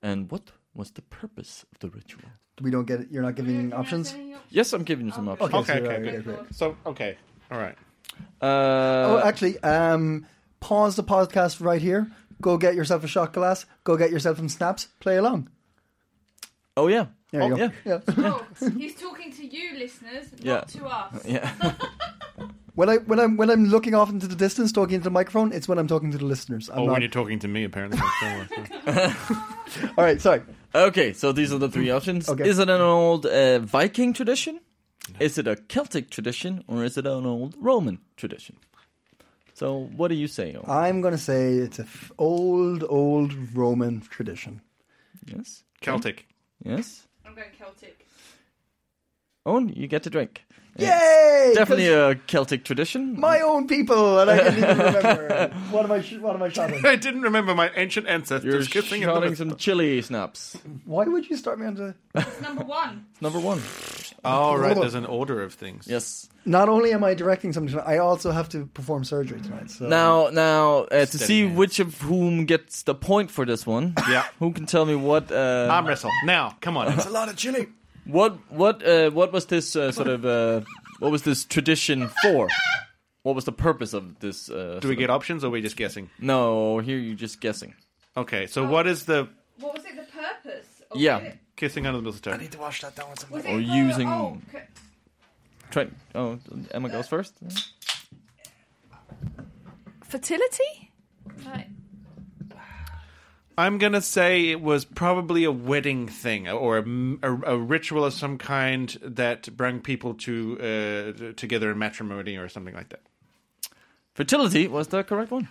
and what was the purpose of the ritual? We don't get it. You're not giving options. Yes, I'm giving you Um, some options. Okay, so- okay, okay, okay. okay. So okay, all right. Uh, Oh, actually, um, pause the podcast right here. Go get yourself a shot glass. Go get yourself some snaps. Play along. oh yeah, There you Oh, go. yeah. He's talking to you, listeners, not Yeah. to us. yeah. When I when I'm when I'm looking off into the distance, talking into the microphone, it's when I'm talking to the listeners. I'm Oh, not... when you're talking to me, apparently. All right, sorry. Okay, so these are the three options. Okay. Is it an old uh, Viking tradition? Is it a Celtic tradition? Or is it an old Roman tradition? So, what do you say? Owen? I'm gonna say it's an f- old old Roman tradition. yes? Celtic. Yes? I'm going Celtic. Owen, you get to drink. Yay! Definitely 'Cause a Celtic tradition. my own people, and I didn't even remember. what am I? sh- What am I shouting? I didn't remember my ancient You're ancestors. kissing in the shouting mist. some chili snaps. Why would you start me on the? It's number one. It's number one. Oh right, there's an order of things. Yes. Not only am I directing something, tonight, I also have to perform surgery tonight. So Now, now uh, to Steady see hand. which of whom gets the point for this one. Yeah. Who can tell me what? Uh, Arm wrestle now. Come on. It's a lot of chili. What what uh, what was this uh, sort of uh, what was this tradition for? What was the purpose of this? Uh, Do we get options, or are we just guessing? no, here you're just guessing. Okay, so what is the What was it? The purpose? Of Yeah. It? kissing under the mistletoe? Was it Or for- using- Oh, c- Try. Oh, Emma goes first. fertility? Like, I'm gonna say it was probably a wedding thing or a, a- a ritual of some kind that brought people to uh, together in matrimony or something like that. Fertility was the correct one.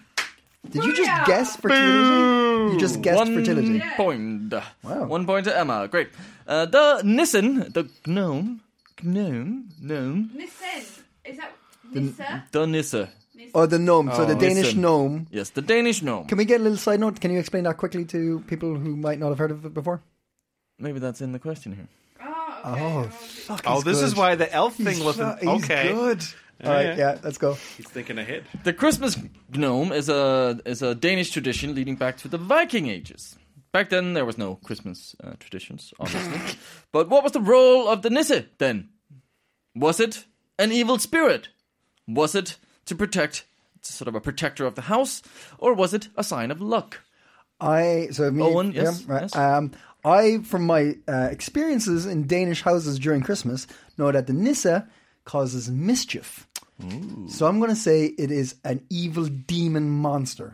Did you just guess fertility? You just guessed One fertility. point. Wow. One point to Emma. Great. Uh, the Nissen, the gnome, gnome, gnome, Nissen. Is that Nissa? the Nisse. Or the gnome. so the Danish Oh, listen. gnome. Yes, the Danish gnome. Can we get a little side note? Can you explain that quickly to people who might not have heard of it before? Maybe that's in the question here. Oh, okay. Oh, Well, fuck. oh, he's this is good. why the elf thing He's wasn't fu- he's okay. good. All right, Okay. yeah, let's go. He's thinking ahead. The Christmas gnome is a is a Danish tradition leading back to the Viking ages. Back then, there was no Christmas uh, traditions, obviously. but what was the role of the Nisse then? Was it an evil spirit? Was it to protect, sort of a protector of the house, or was it a sign of luck? I so me, Owen, yes, right. yes. Um, I from my uh, experiences in Danish houses during Christmas know that the Nissa causes mischief. So I'm going to say it is an evil demon monster.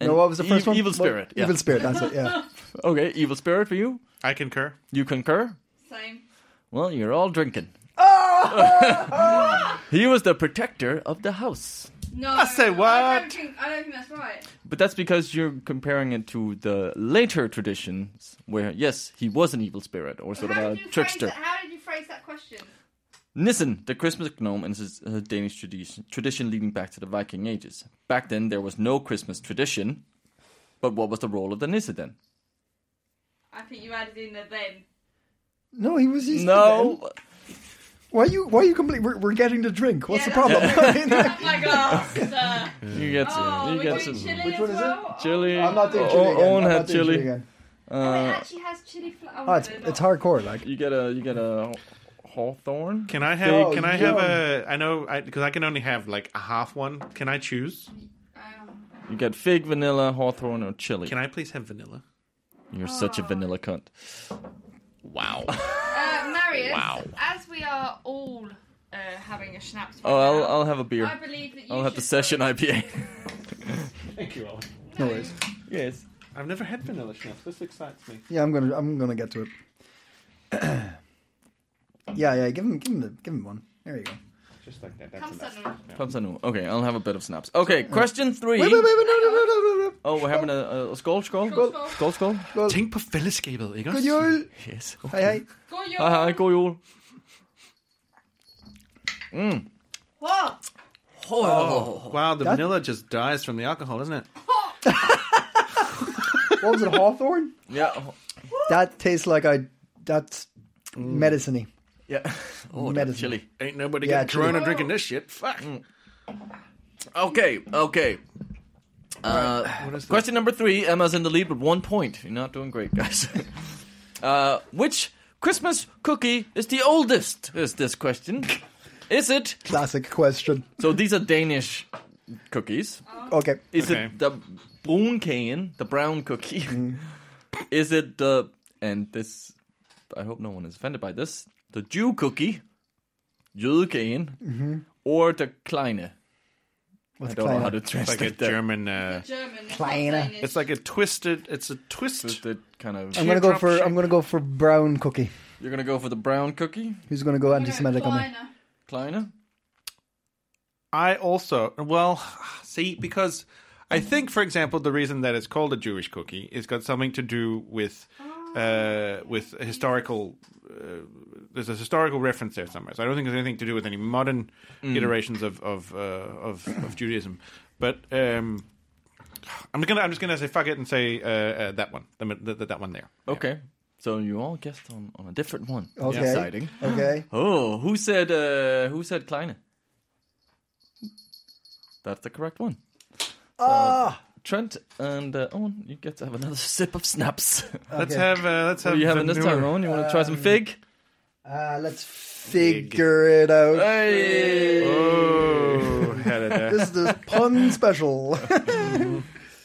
no, An what was the first ev- one? evil What- spirit, yeah. Evil spirit. That's it. Yeah. Okay, evil spirit for you. I concur. You concur? same. Well, you're all drinking. he was the protector of the house. No, I say I what? don't think, I don't think that's right. But that's because you're comparing it to the later traditions where, yes, he was an evil spirit or sort How of did, a you phrase trickster. that, how did you phrase that question? Nissen, the Christmas gnome, and his uh, Danish tradition, tradition leading back to the Viking ages. Back then, there was no Christmas tradition. But what was the role of the Nisse then? I think you added in the then. No, he was. He's No, Why are you? Why are you complete? We're, we're getting the drink. What's Yeah, the problem? Oh my gosh. uh, you get oh, you we're doing get some chili Which as one is it? well? chili. I'm not doing chili O- again. Oh, Owen I'm had not doing chili. again. Oh, it Uh, actually has chili fla- uh, Oh, it's, it's hardcore. Like you get a you get a hawthorn. Can I have? Oh, can I yum. have a? I know because I, can only have like a half one. Can I choose? Um, You get fig, vanilla, hawthorn, or chili. Can I please have vanilla? You're such a vanilla cunt. Wow. uh, Marius, as we are all uh, having a schnapps right Oh, I'll now, I'll have a beer. I believe that you I'll have the should session vote. IPA. Thank you, Owen. no worries. yes. I've never had vanilla schnapps. This excites me. Yeah, I'm gonna. I'm gonna get to it. yeah, yeah. Give him. Give him. The, give him one. There you go. Just like that. Come, son. Pumps and- Okay, I'll have a bit of snaps. Okay, question three. Wait, wait, wait, wait, no, no, no, no, no, no. Oh, we're having a, a skull, skull, skull, skull, skull. Tænk på fællesskabet, ikke Good også? Yule. Yes. Hej, hej. Go your Hej, hej, god jul. Whoa. Oh. Wow, the vanilla just dies from the alcohol, doesn't it? What was it, Hawthorne? Yeah. that tastes like I. That's Mm. medicine-y. Yeah. Oh, Medicine. chili. Ain't nobody Yeah, got corona true. drinking this shit. Fuck. Ah. Okay, okay. Uh, question number three. Emma's in the lead with one point. You're not doing great, guys. uh, which Christmas cookie is the oldest? Is this question? Is it? Classic question. So these are Danish cookies. Okay. Is Okay. it the brunkagen, the brown cookie? is it the and this? I hope no one is offended by this. The Jew cookie, jødekagen, Mm-hmm. or the kleine. What's I don't know how to translate Like a that. German. Uh, German. Kleiner. it's like a twisted. It's a Is twist. that kind of I'm gonna go for. I'm gonna go for brown cookie. you're gonna go for the brown cookie, Who's gonna go anti-Semitic on me? kleine. I also well see because I think, for example, the reason that it's called a Jewish cookie is got something to do with Ah, uh, with a historical. Uh, there's a historical reference there somewhere, so I don't think there's anything to do with any modern iterations of of, uh, of of Judaism. But um, I'm gonna I'm just gonna say fuck it and say uh, uh, that one, the, the, that one there. Okay, so you all guessed on, on a different one. Okay. Exciting. Okay. Oh, who said uh, who said kleine? That's the correct one. Ah, Trent and uh, Owen, you get to have another sip of snaps. Let's Okay. have uh, let's what have are you the having this time, newer- Owen? You want to try Um, some fig? uh, let's figure it out. Hey! Oh, had it there. This is the pun special.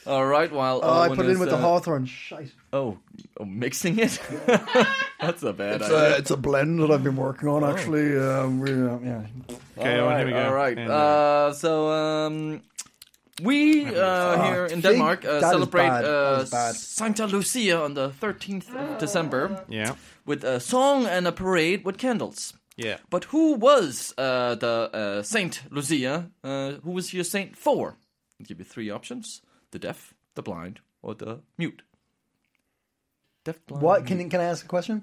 All right, while Oh, I Owen put it in is, with the uh, Hawthorne. Shite. Oh, oh, mixing it. That's a bad It's uh, idea. a, it's a blend that I've been working on, actually. Um, we, uh, yeah. Okay, oh, all Owen, right, uh, here we go. all right. And, Uh, so, um, We uh, here in fig, Denmark uh, that is celebrate bad. That uh, is bad. Santa Lucia on the 13th of December Yeah. with a song and a parade with candles. Yeah. But who was uh, the uh, Saint Lucia? Uh, who was your saint for? I'll give you three options: the deaf, the blind, or the mute. Deaf, blind. What can can I ask a question?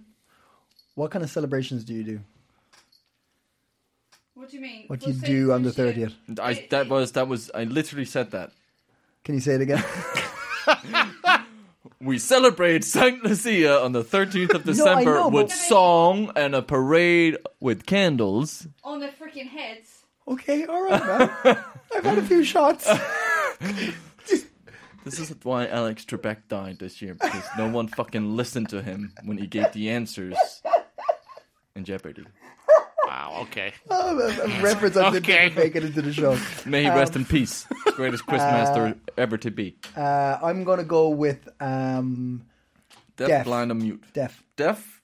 What kind of celebrations do you do? What do you mean? What do For you do on the Saint Lucia- thirtieth? I, that was that was I literally said that. Can you say it again? We celebrate Saint Lucia on the 13th of December know, with but- song and a parade with candles. on their freaking heads. okay, all right, man. I've had a few shots. Um, This is why Alex Trebek died this year because no one fucking listened to him when he gave the answers in Jeopardy. Wow. Okay. Uh, a reference I didn't Okay. make it into the show. May he rest in peace. Greatest quizmaster ever to be. Um, Uh, I'm gonna go with um, Deaf, Deaf. blind, and mute. deaf. Deaf.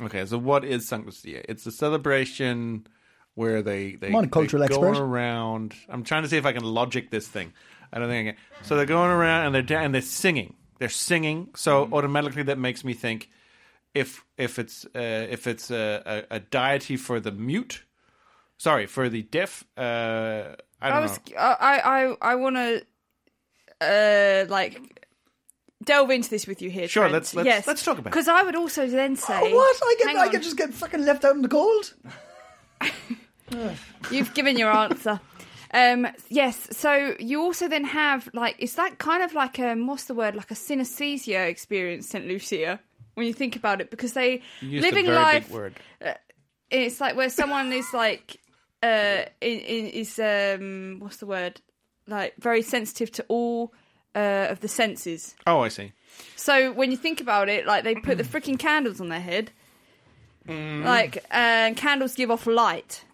Okay, so what is Saint Lucia? It's a celebration where they they, Come on, they cultural go expert. around. I'm trying to see if I can logic this thing. I don't think I can. So they're going around and they're da- and they're singing. They're singing. Mm-hmm. So automatically that makes me think if if it's uh, if it's a, a, a deity for the mute, sorry for the deaf. Uh, I I don't know. was I I I want to uh like delve into this with you here. Sure, Trent. let's- let's- yes. let's talk about it. Because I would also then say What? I get Hang I on. get just get fucking left out in the cold. You've given your answer. Um, yes, so you also then have like it's that kind of like a what's the word like a synesthesia experience, Saint Lucia, when you think about it, because they You used living a very life. big word. It's like where someone is like uh, i- i- is um, what's the word like very sensitive to all uh, of the senses. Oh, I see. So when you think about it, like they put the freaking candles on their head, like and candles give off light.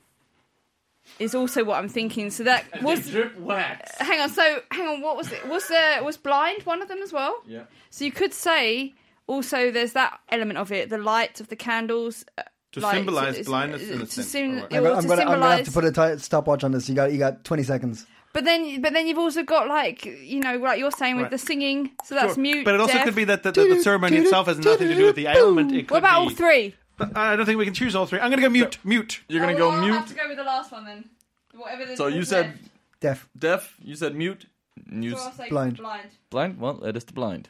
Is also what I'm thinking. So that was Drip wax. hang on. So hang on. What was it? Was uh, was blind one of them as well? Yeah. So you could say also there's that element of it, the light of the candles. uh, To light, symbolise it's- blindness it's- in a to sense, sym- or- I'm it was gonna, I'm to gonna, I'm gonna have to symbolise- put a ti stopwatch on this. You got you got 20 seconds. But then, but then you've also got like you know, like you're saying with Right. the singing. So that's Sure. mute. but it also deaf. could be that the, the, the ceremony itself has nothing to do with the element. It could What about all be- three? But I don't think we can choose all three. I'm going to go mute. Mute. You're gonna Oh, go well, I'll have to mute. go with the last one then. Whatever the So you what's said left. Deaf. deaf. You said mute. You So I'll s- say blind. blind. blind. Well, it is the blind.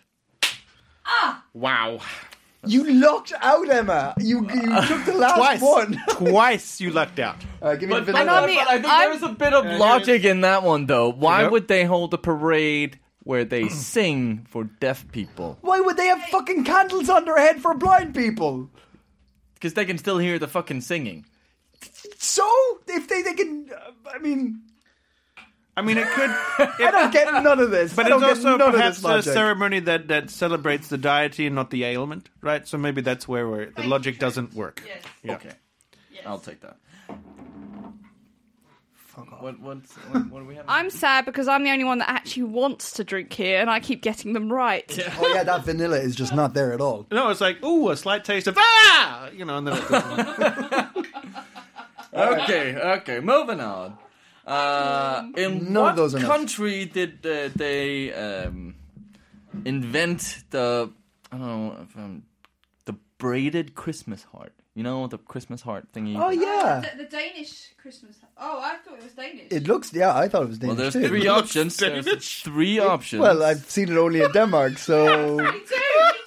Wow. You locked out Emma. You, you took the last Twice. one. Twice you lucked out. Uh, give me the I'm vanilla. on the- I think I'm- there's a bit of logic in that one, though. Why Yep. would they hold a parade where they sing for deaf people? Why would they have fucking candles on their head for blind people? Because they can still hear the fucking singing. So if they they can, uh, I mean, I mean, it could. I don't get none of this. But I it's don't also get none perhaps of this a logic. ceremony that, that celebrates the deity and not the ailment, right? So maybe that's where we the logic doesn't work. Yes. Yeah. Okay. I'll take that. What, what, what, what do we have? I'm sad because I'm the only one that actually wants to drink here, and I keep getting them right. oh yeah, that vanilla is just not there at all. No, it's like ooh, a slight taste of ah, you know, and then it doesn't- okay, okay, moving on. Uh, in None of what those are nice. country did uh, they um, invent the I don't know if, um, the braided Christmas heart? You know the Christmas heart thingy. Oh yeah, The, Danish Christmas. Oh, I thought it was Danish. it looks. Yeah, I thought it was Well, Danish there's too. three options. There's three options. Well, I've seen it only in Denmark, so too.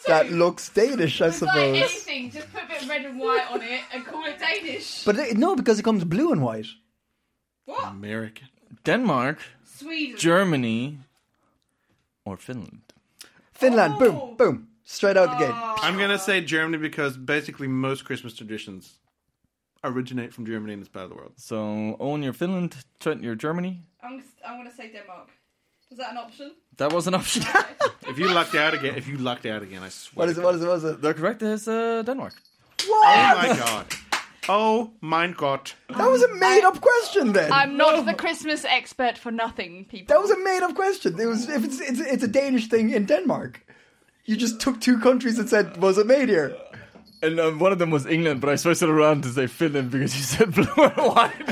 that looks Danish, I suppose. anything, just put a bit of red and white on it and call it Danish. But it, no, because it comes blue and white. What? American. Denmark, Sweden. Germany, or Finland. Finland, Oh. boom, boom, straight out the gate. I'm gonna say Germany because basically most Christmas traditions originate from Germany in this part of the world. So own your Finland, Trent your Germany. I'm, I'm going to say Denmark. Is that an option? That was an option. If you lucked out again, if you lucked out again, I swear. What is it? What is it? What is it? the correct is uh, Denmark. Oh What? my god! Oh my god! That was a made up question then. I'm not the Christmas expert for nothing, people. That was a made up question. It was if it's, it's it's a Danish thing in Denmark. You just took two countries and said, "Was it made here?" And um, one of them was England, but I switched it around to say Finland because you said blue and white.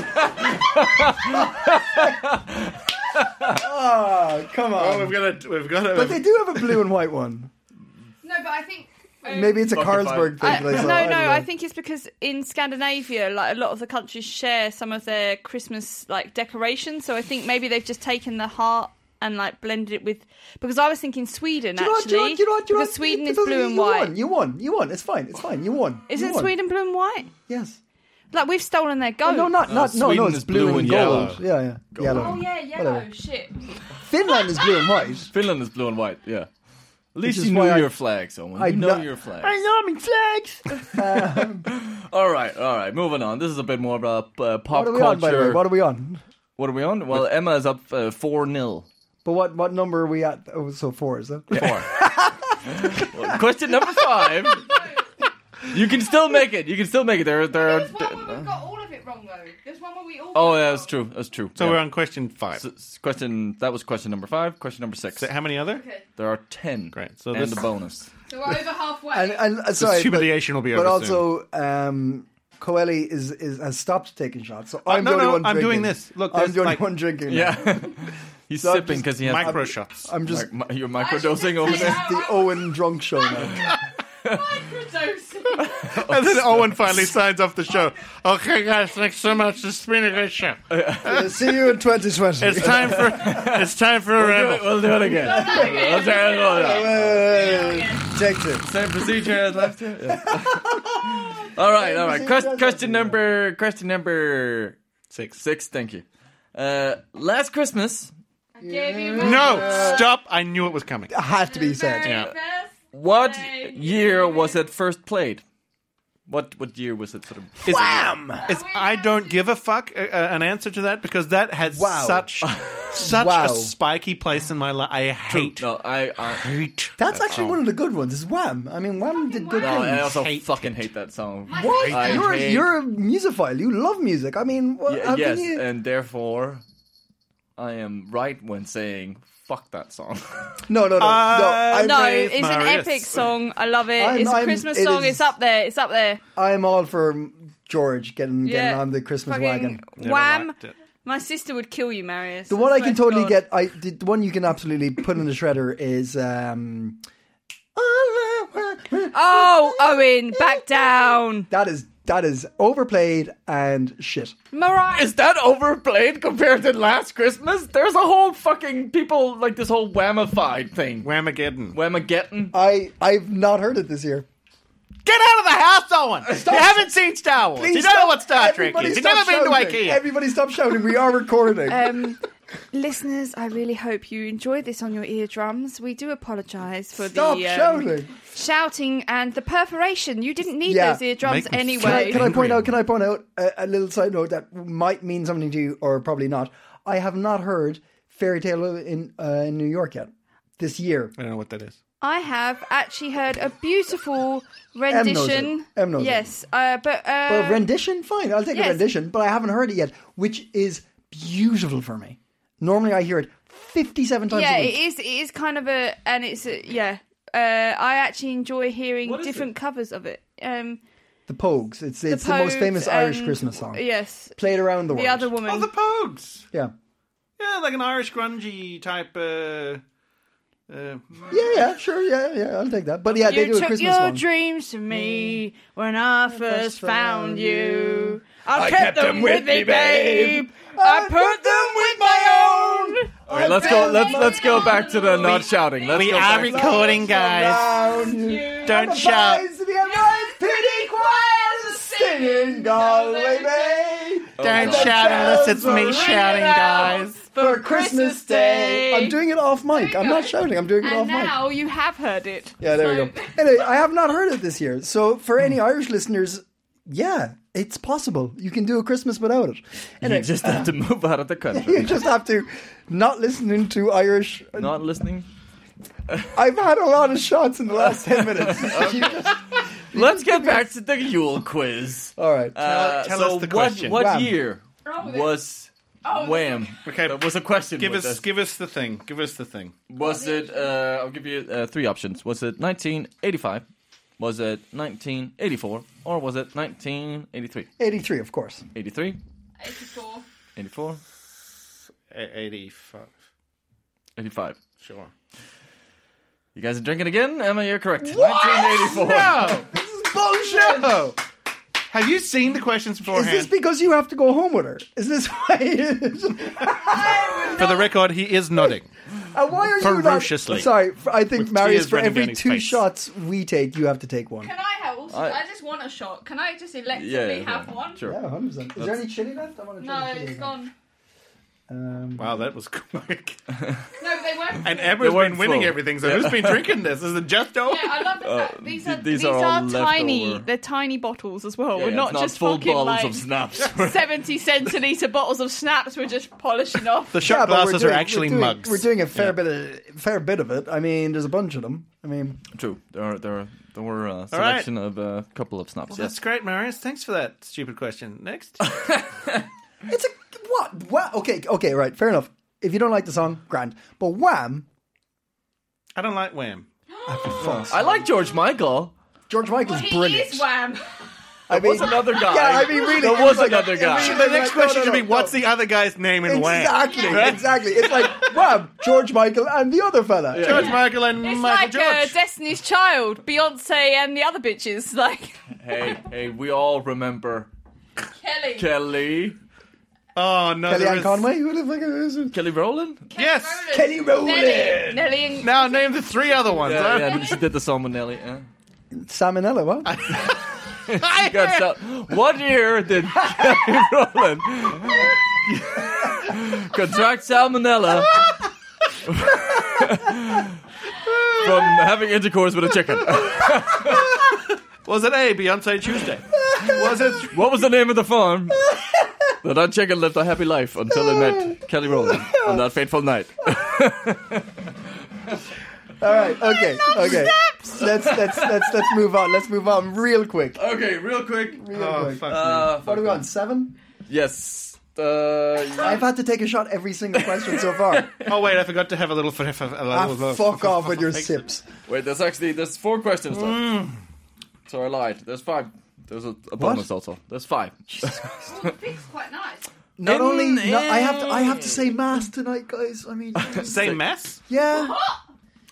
Oh, come Oh, on. we've got a, we've got a. but they do have a blue and white one. No, but I think. um, Maybe it's a Spotify. Carlsberg thing. I- that I saw. no, I don't no. know. I think it's because in Scandinavia, like a lot of the countries share some of their Christmas like decorations. So I think maybe they've just taken the heart and like blended it with. Because I was thinking Sweden You know what, actually. you know what, you know what, you know because what? Sweden It is doesn't- blue and you white. Won. You won. You won. It's fine. It's fine. You won. You Isn't won. Sweden blue and white? Yes. Like we've stolen their goat. Oh, No, not not no no. Sweden It's is blue, blue and and gold. yellow. Yeah, yeah. Yellow. Oh yeah, yellow. Whatever. Shit. Finland is blue and white. Finland is blue and white. Yeah. At least is you why know I- your flag, someone. I you know kno- your flag. know my flags. All right, all right. Moving on. This is a bit more about uh, pop What are we culture. on, by the way? What are we on? What are we on? Well, Emma is up uh, four 0 But what what number are we at? Oh, so four is that? Four. Question number five. You can still make it. You can still make it. There, there are. got all of it wrong though. There's one where we all. Oh, yeah, that's true. That's true. so yeah. we're on question five. S- s- question. That was question number five. Question number six. So how many other? There are ten. Great. So and this- the bonus. So we're over halfway. And, and uh, sorry, but- humiliation will be But over also, um, Coeli is, is has stopped taking shots. So I'm Oh, no, the only no, one. I'm drinking. doing this. Look, I'm there's the only like- one drinking. now. Yeah. He's So I'm sipping just- because he has Micro shots. I'm just mi- mi- you're I should microdosing just over say there. that. the Owen drunk show now. and then Owen finally signs off the show. Okay, guys, thanks so much. This has been a great show. Uh, See you in 2020. It's time for it's time for a We'll do it- ramble. We'll do it again. We'll do it again. Uh, Take two. Same procedure as last year. Yeah. all right, all right. procedure Quest, as question number, question number Six. six. Thank you. Uh, last Christmas, No, stop! I knew it was coming. Had to be said. Yeah. what Thank year was it first played? What what year was it sort of? Is, is I don't give a fuck uh, uh, an answer to that because that has Wow. such such Wow. a spiky place in my life. I hate. Oh, No, I I, hate That's that actually song. one of the good ones. Is Wham? I mean, Wham did good no, I things. also Hate fucking hate that song. What? I you're, hate- you're a musophile. You love music. I mean, what, Y- how yes, can you? Uh, and therefore, I am right when saying fuck that song. no, no, no, no. Uh, I'm, No, Brave it's an Marius. epic song. I love it. I'm- it's a I'm- Christmas it song. is- It's up there. It's up there. I'm all for George getting getting Yeah. on the Christmas Fucking wagon. Never Wham. liked it. My sister would kill you, Marius. The one I swear can to totally God. get, I the the one you can absolutely put in the shredder is. um Oh, Owen, back down. That is that is overplayed and shit. Mariah. Is that overplayed compared to last Christmas? There's a whole fucking people like this whole whamified thing. Whamageddon. Whamageddon. I I've not heard it this year. Get out of the house, Owen! You haven't seen Star Wars. Uh, Please you don't know stop- what Star Trek everybody is. You've stop never been to shouting. IKEA. Everybody stop shouting. We are recording. Um, listeners, I really hope you enjoyed this on your eardrums. We do apologise for stop the um, shouting. shouting and the perforation. You didn't need Yeah. those eardrums Make me anyway. Can I, can I angry. point out? Can I point out a, a little side note that might mean something to you, or probably not? I have not heard Fairy Tale in uh, in New York yet this year. Uh, I don't know what that is. I have actually heard a knows beautiful it. rendition. Em knows it. yes, uh, but uh, Well, rendition, fine, I'll take a yes. rendition, but I haven't heard it yet, which is beautiful for me. Normally, I hear it fifty-seven times yeah, a week. it is. It is kind of a, and it's a, yeah. Uh, I actually enjoy hearing What is different it? covers of it. Um, the Pogues. It's it's the, most Pogues famous Irish and- Christmas song. Yes, Played around the world. the other woman. Oh, the Pogues. Yeah, Yeah, like an Irish grungy type. Uh, uh, yeah, yeah, sure, yeah, yeah. I'll take that. But yeah, they you do a took Christmas your one. dreams from me when I first found you. I, kept, kept them with me, babe. I put them with my own. All right, let's go. Let's let's go back to the not shouting. Let's go back to- recording, Around you. Don't Boys to be a nice pity choirs singing Galway Bay. Don't shout unless it's me shouting, guys. For Christmas Day. I'm doing it off mic. I'm not shouting. I'm doing it off And mic. now you have heard it. Yeah, there we go. Anyway, I have not heard it this year. So for any Irish listeners, yeah, it's possible. You can do a Christmas without it. You just have to move out of the You country. just have to not listening to Irish. Not listening. I've had a lot of shots in the last ten minutes. You just- Let's get back to the Yule quiz. all right. Uh, tell so us the what, question. What Wham. year was Wham? Okay, That was a question. give with us this. give us the thing. Give us the thing. Was it? Uh, I'll give you uh, three options. Was it 1985? Was it 1984? Or was it 1983? Eighty-three, of course. 83, 84, 85. 85. Sure. You guys are drinking again? Emma, you're correct. 1984. No! this is bullshit! Have you seen the questions Is beforehand? this because you have to go home with her? Is this why? For the record, he is nodding. and why are you not? Ferociously. Sorry, f- I think With Marius. tears For running down every his two face. shots we take, you have to take one. Can I have also? I- I, just want a shot. Can I just electively Yeah, yeah, have yeah. one? Sure. Yeah, hundred percent. Is there any chili left? I want to No, it's gone. Um, Wow, that was quick. No, they weren't. And They Emma's weren't been winning full. everything, so who's been drinking this? Is it just over? Yeah, I love the fact these are th- these, these are all are, left tiny. over. They're tiny bottles as well. Yeah, We're yeah, not, it's not just full fucking bottles like of snaps. seventy centiliter bottles of snaps. We're just polishing off. The shot yeah, but we're glasses doing- are we're actually doing, mugs. We're doing a fair bit of fair bit of it. I mean, there's a bunch of them. I mean, True. There are, there are, there were a right. selection of a couple of snaps. Well, yes. that's great, Marius. Thanks for that stupid question. Next. it's a what? What? Okay, okay, right. Fair enough. If you don't like the song, grand. But Wham, I don't like Wham. I like George Michael. George Michael's he brilliant. is wham. I mean, was another guy. Yeah, I mean, really, There it's was like- another guy. really, The like, next no, question no, should be, no, what's no. the other guy's name in Wham? Exactly, exactly. It's like Wham, George Michael, and the other fella. George Michael and It's Michael like uh, George. Destiny's Child, Beyonce, and the other bitches. Like Hey, hey, we all remember Kelly. Kelly. oh, no. Kellyanne there is- Conway. Who the fuck is it? Kelly Rowland? Yes. Kelly Nelly, Rowland. Nelly and Now name the three other ones. Yeah, I- yeah, she did the song with Nelly. Yeah. Salmonella. What? I You got sal- what year did Kelly Rowland contract salmonella from having intercourse with a chicken? Was it A, Beyonce Tuesday? Was it What was the name of the farm? That that chicken lived a happy life until it met Kelly Rowland on that fateful night. All right. Okay. Okay. Let's let's let's let's move on. Let's move on real quick. okay, real quick. Real Oh, quick. Uh, What are we on? Seven. yes. Uh, I've had to take a shot every single question so far. Oh wait, I forgot to have a little. F- f- a ah, little fuck off with your sips. wait, there's actually there's four questions left. So I lied. There's five. There's a, a bonus also. There's five. Pig's quite nice. Not In- only no, I have to I have to say mass tonight, guys. I mean, Same mass? yeah.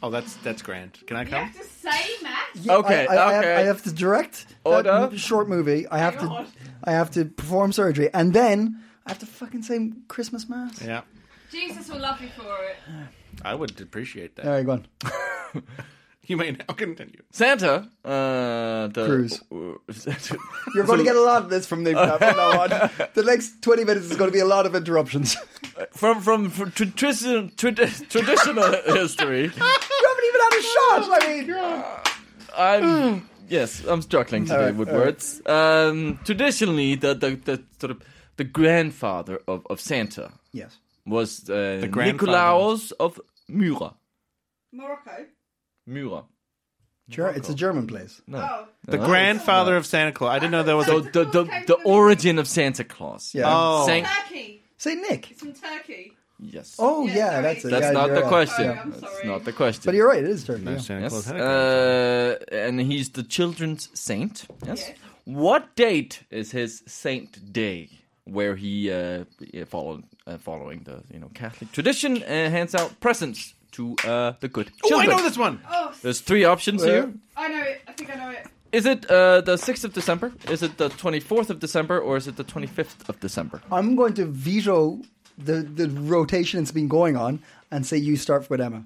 Oh, that's that's grand. Can I You come? have to say, Matt. yeah, Okay, I, I, I, okay. have, I have to direct Order. that m- short movie. I have to God. I have to perform surgery, and then I have to fucking say Christmas mass. Yeah, Jesus will love you for it. I would appreciate that. All right, go on. You may now continue. Santa. Uh, the, Cruise. You're You're going to get a lot of this from the from now on. The next twenty minutes is going to be a lot of interruptions. from from, from tradition, trad- traditional history. you haven't even had a shot. I mean, I'm yes, I'm struggling today right, with all right. words. Um, traditionally, the, the the sort of the grandfather of, of Santa yes. was uh, grandfather. Nikolaus of Myra. Morocco. Myra. Sure, it's a German place. No. Oh. The grandfather of Santa Claus. I didn't know there was. So A, the, the, the origin of Santa Claus. Yeah. oh, Saint- Turkey. Say Nick. It's from Turkey. yes. Oh Yeah, yeah, sorry. that's it. That's Yeah, not you're the right. question. Sorry, I'm That's sorry. not the question. But you're right. It is German. yeah. Santa Claus Yes. had a Uh, and he's the children's saint. Yes. Yes. What date is his saint day? Where he uh, yeah, followed, uh, following the you know Catholic tradition, uh, hands out presents to uh, the good Oh, I children. know this one. Oh, s- There's three options here. I know it. I think I know it. Is it uh, the sixth of December? Is it the twenty fourth of December, or is it the twenty fifth of December? I'm going to veto the the rotation it's been going on and say you start with Emma.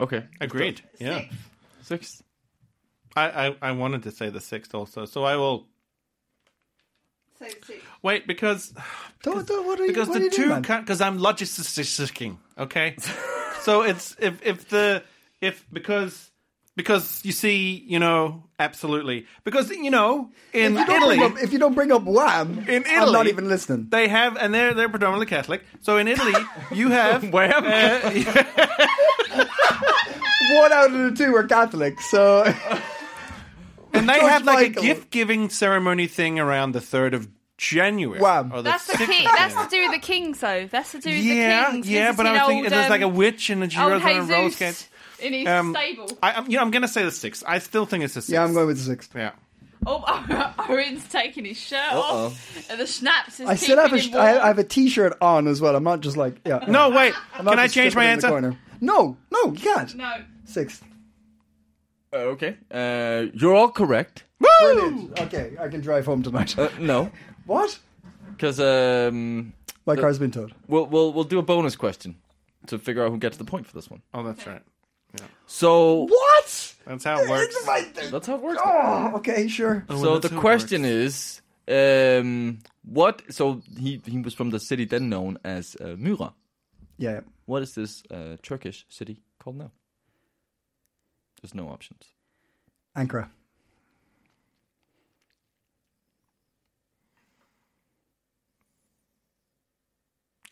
Okay, Agreed. Yeah, sixth. I, I I wanted to say the sixth also, so I will Say the six. Oh wait because Don't, don't, what are you, because what are the you doing, two man? because I'm logisticking. Okay, so it's if if the if because because you see you know absolutely because you know in If you don't Italy bring up- if you don't bring up Wham, In I'm not Italy- even listening. they have and they're they're predominantly Catholic. So in Italy you have Wham. uh, One out of the two are Catholic, so and they George have like Michael. a gift giving ceremony thing around the third of January. Wham. Or That's the 6th of king. January. That's to do with the kings, though. That's to do with yeah, the kings. yeah, but I was thinking old, there's um, like a witch and a old giraffe and a roller skate. Jesus in his Um, stable. I, I'm, you know, I'm gonna say the sixth. I still think it's the sixth. yeah, I'm going with the six. Yeah. Oh, Owen's taking his shirt off. And the schnapps is I still have a, keeping sh- him warm. I, I have a T-shirt on as well. I'm not just like yeah. No, wait. I'm not Can I just change my sitting in the answer? corner. No, no, you can't. No. Six. Uh, okay. Uh, you're all correct. Brilliant. Okay, I can drive home tonight. Uh, no, what? because um, uh, My car's been towed. we'll we'll we'll do a bonus question to figure out who gets the point for this one. Oh, that's right. So What? That's how it works. that's how it works. Oh, okay, sure. so that's the how it question is, um, what? So he he was from the city then known as uh, Mura. Yeah. What is this uh, Turkish city called now? There's no options. Ankara.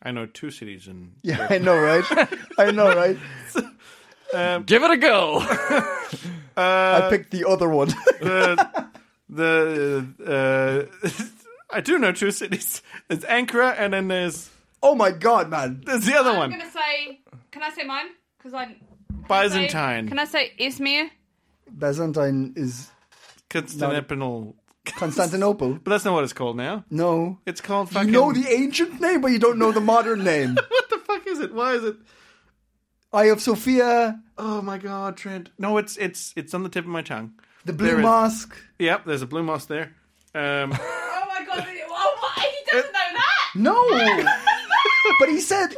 I know two cities in. Yeah, I know, right? I know, right? Um, Give it a go. Uh, I picked the other one. The the uh, I do know two cities. There's Ankara, and then there's oh my god, man. there's the other I'm one, gonna say. Can I say mine? Because I can I say- Byzantine, Can I say Izmir? Byzantine is Constantinople. Constantinople. But that's not what it's called now. No. It's called You fucking. know the ancient name, but you don't know the modern name. what the fuck is it? Why is it? Eye of Sophia, Oh my god, Trent. No, it's it's it's on the tip of my tongue. the Blue There is- Mosque. Yep, there's a blue moss there. Um, Oh my god! Oh my! He doesn't know that. No. but he said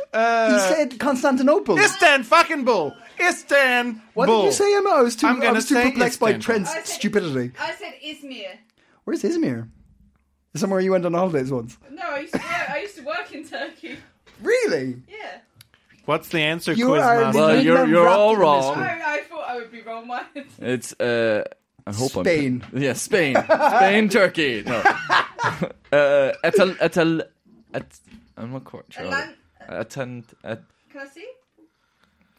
he said Constantinople. Istan fucking bull. Istan. what did you say, Emma? I was too, I'm I gonna was too say perplexed by Istanbul. Trent's I said- stupidity. Uh, I said Izmir. Where's Izmir? Somewhere you went on holidays once. No, I used to work. I used to work in Turkey. Really? Yeah. What's the answer, You are Quizmaster? Well, the you're- you're wrapped all in wrong. mystery. I, I thought I would be wrong minded. It's uh, I hope Spain. I'm yeah, Spain, Spain, Turkey. No, uh, Atal, Atal, at, I'm not quite sure. Atlan- Atant, at, Can I see?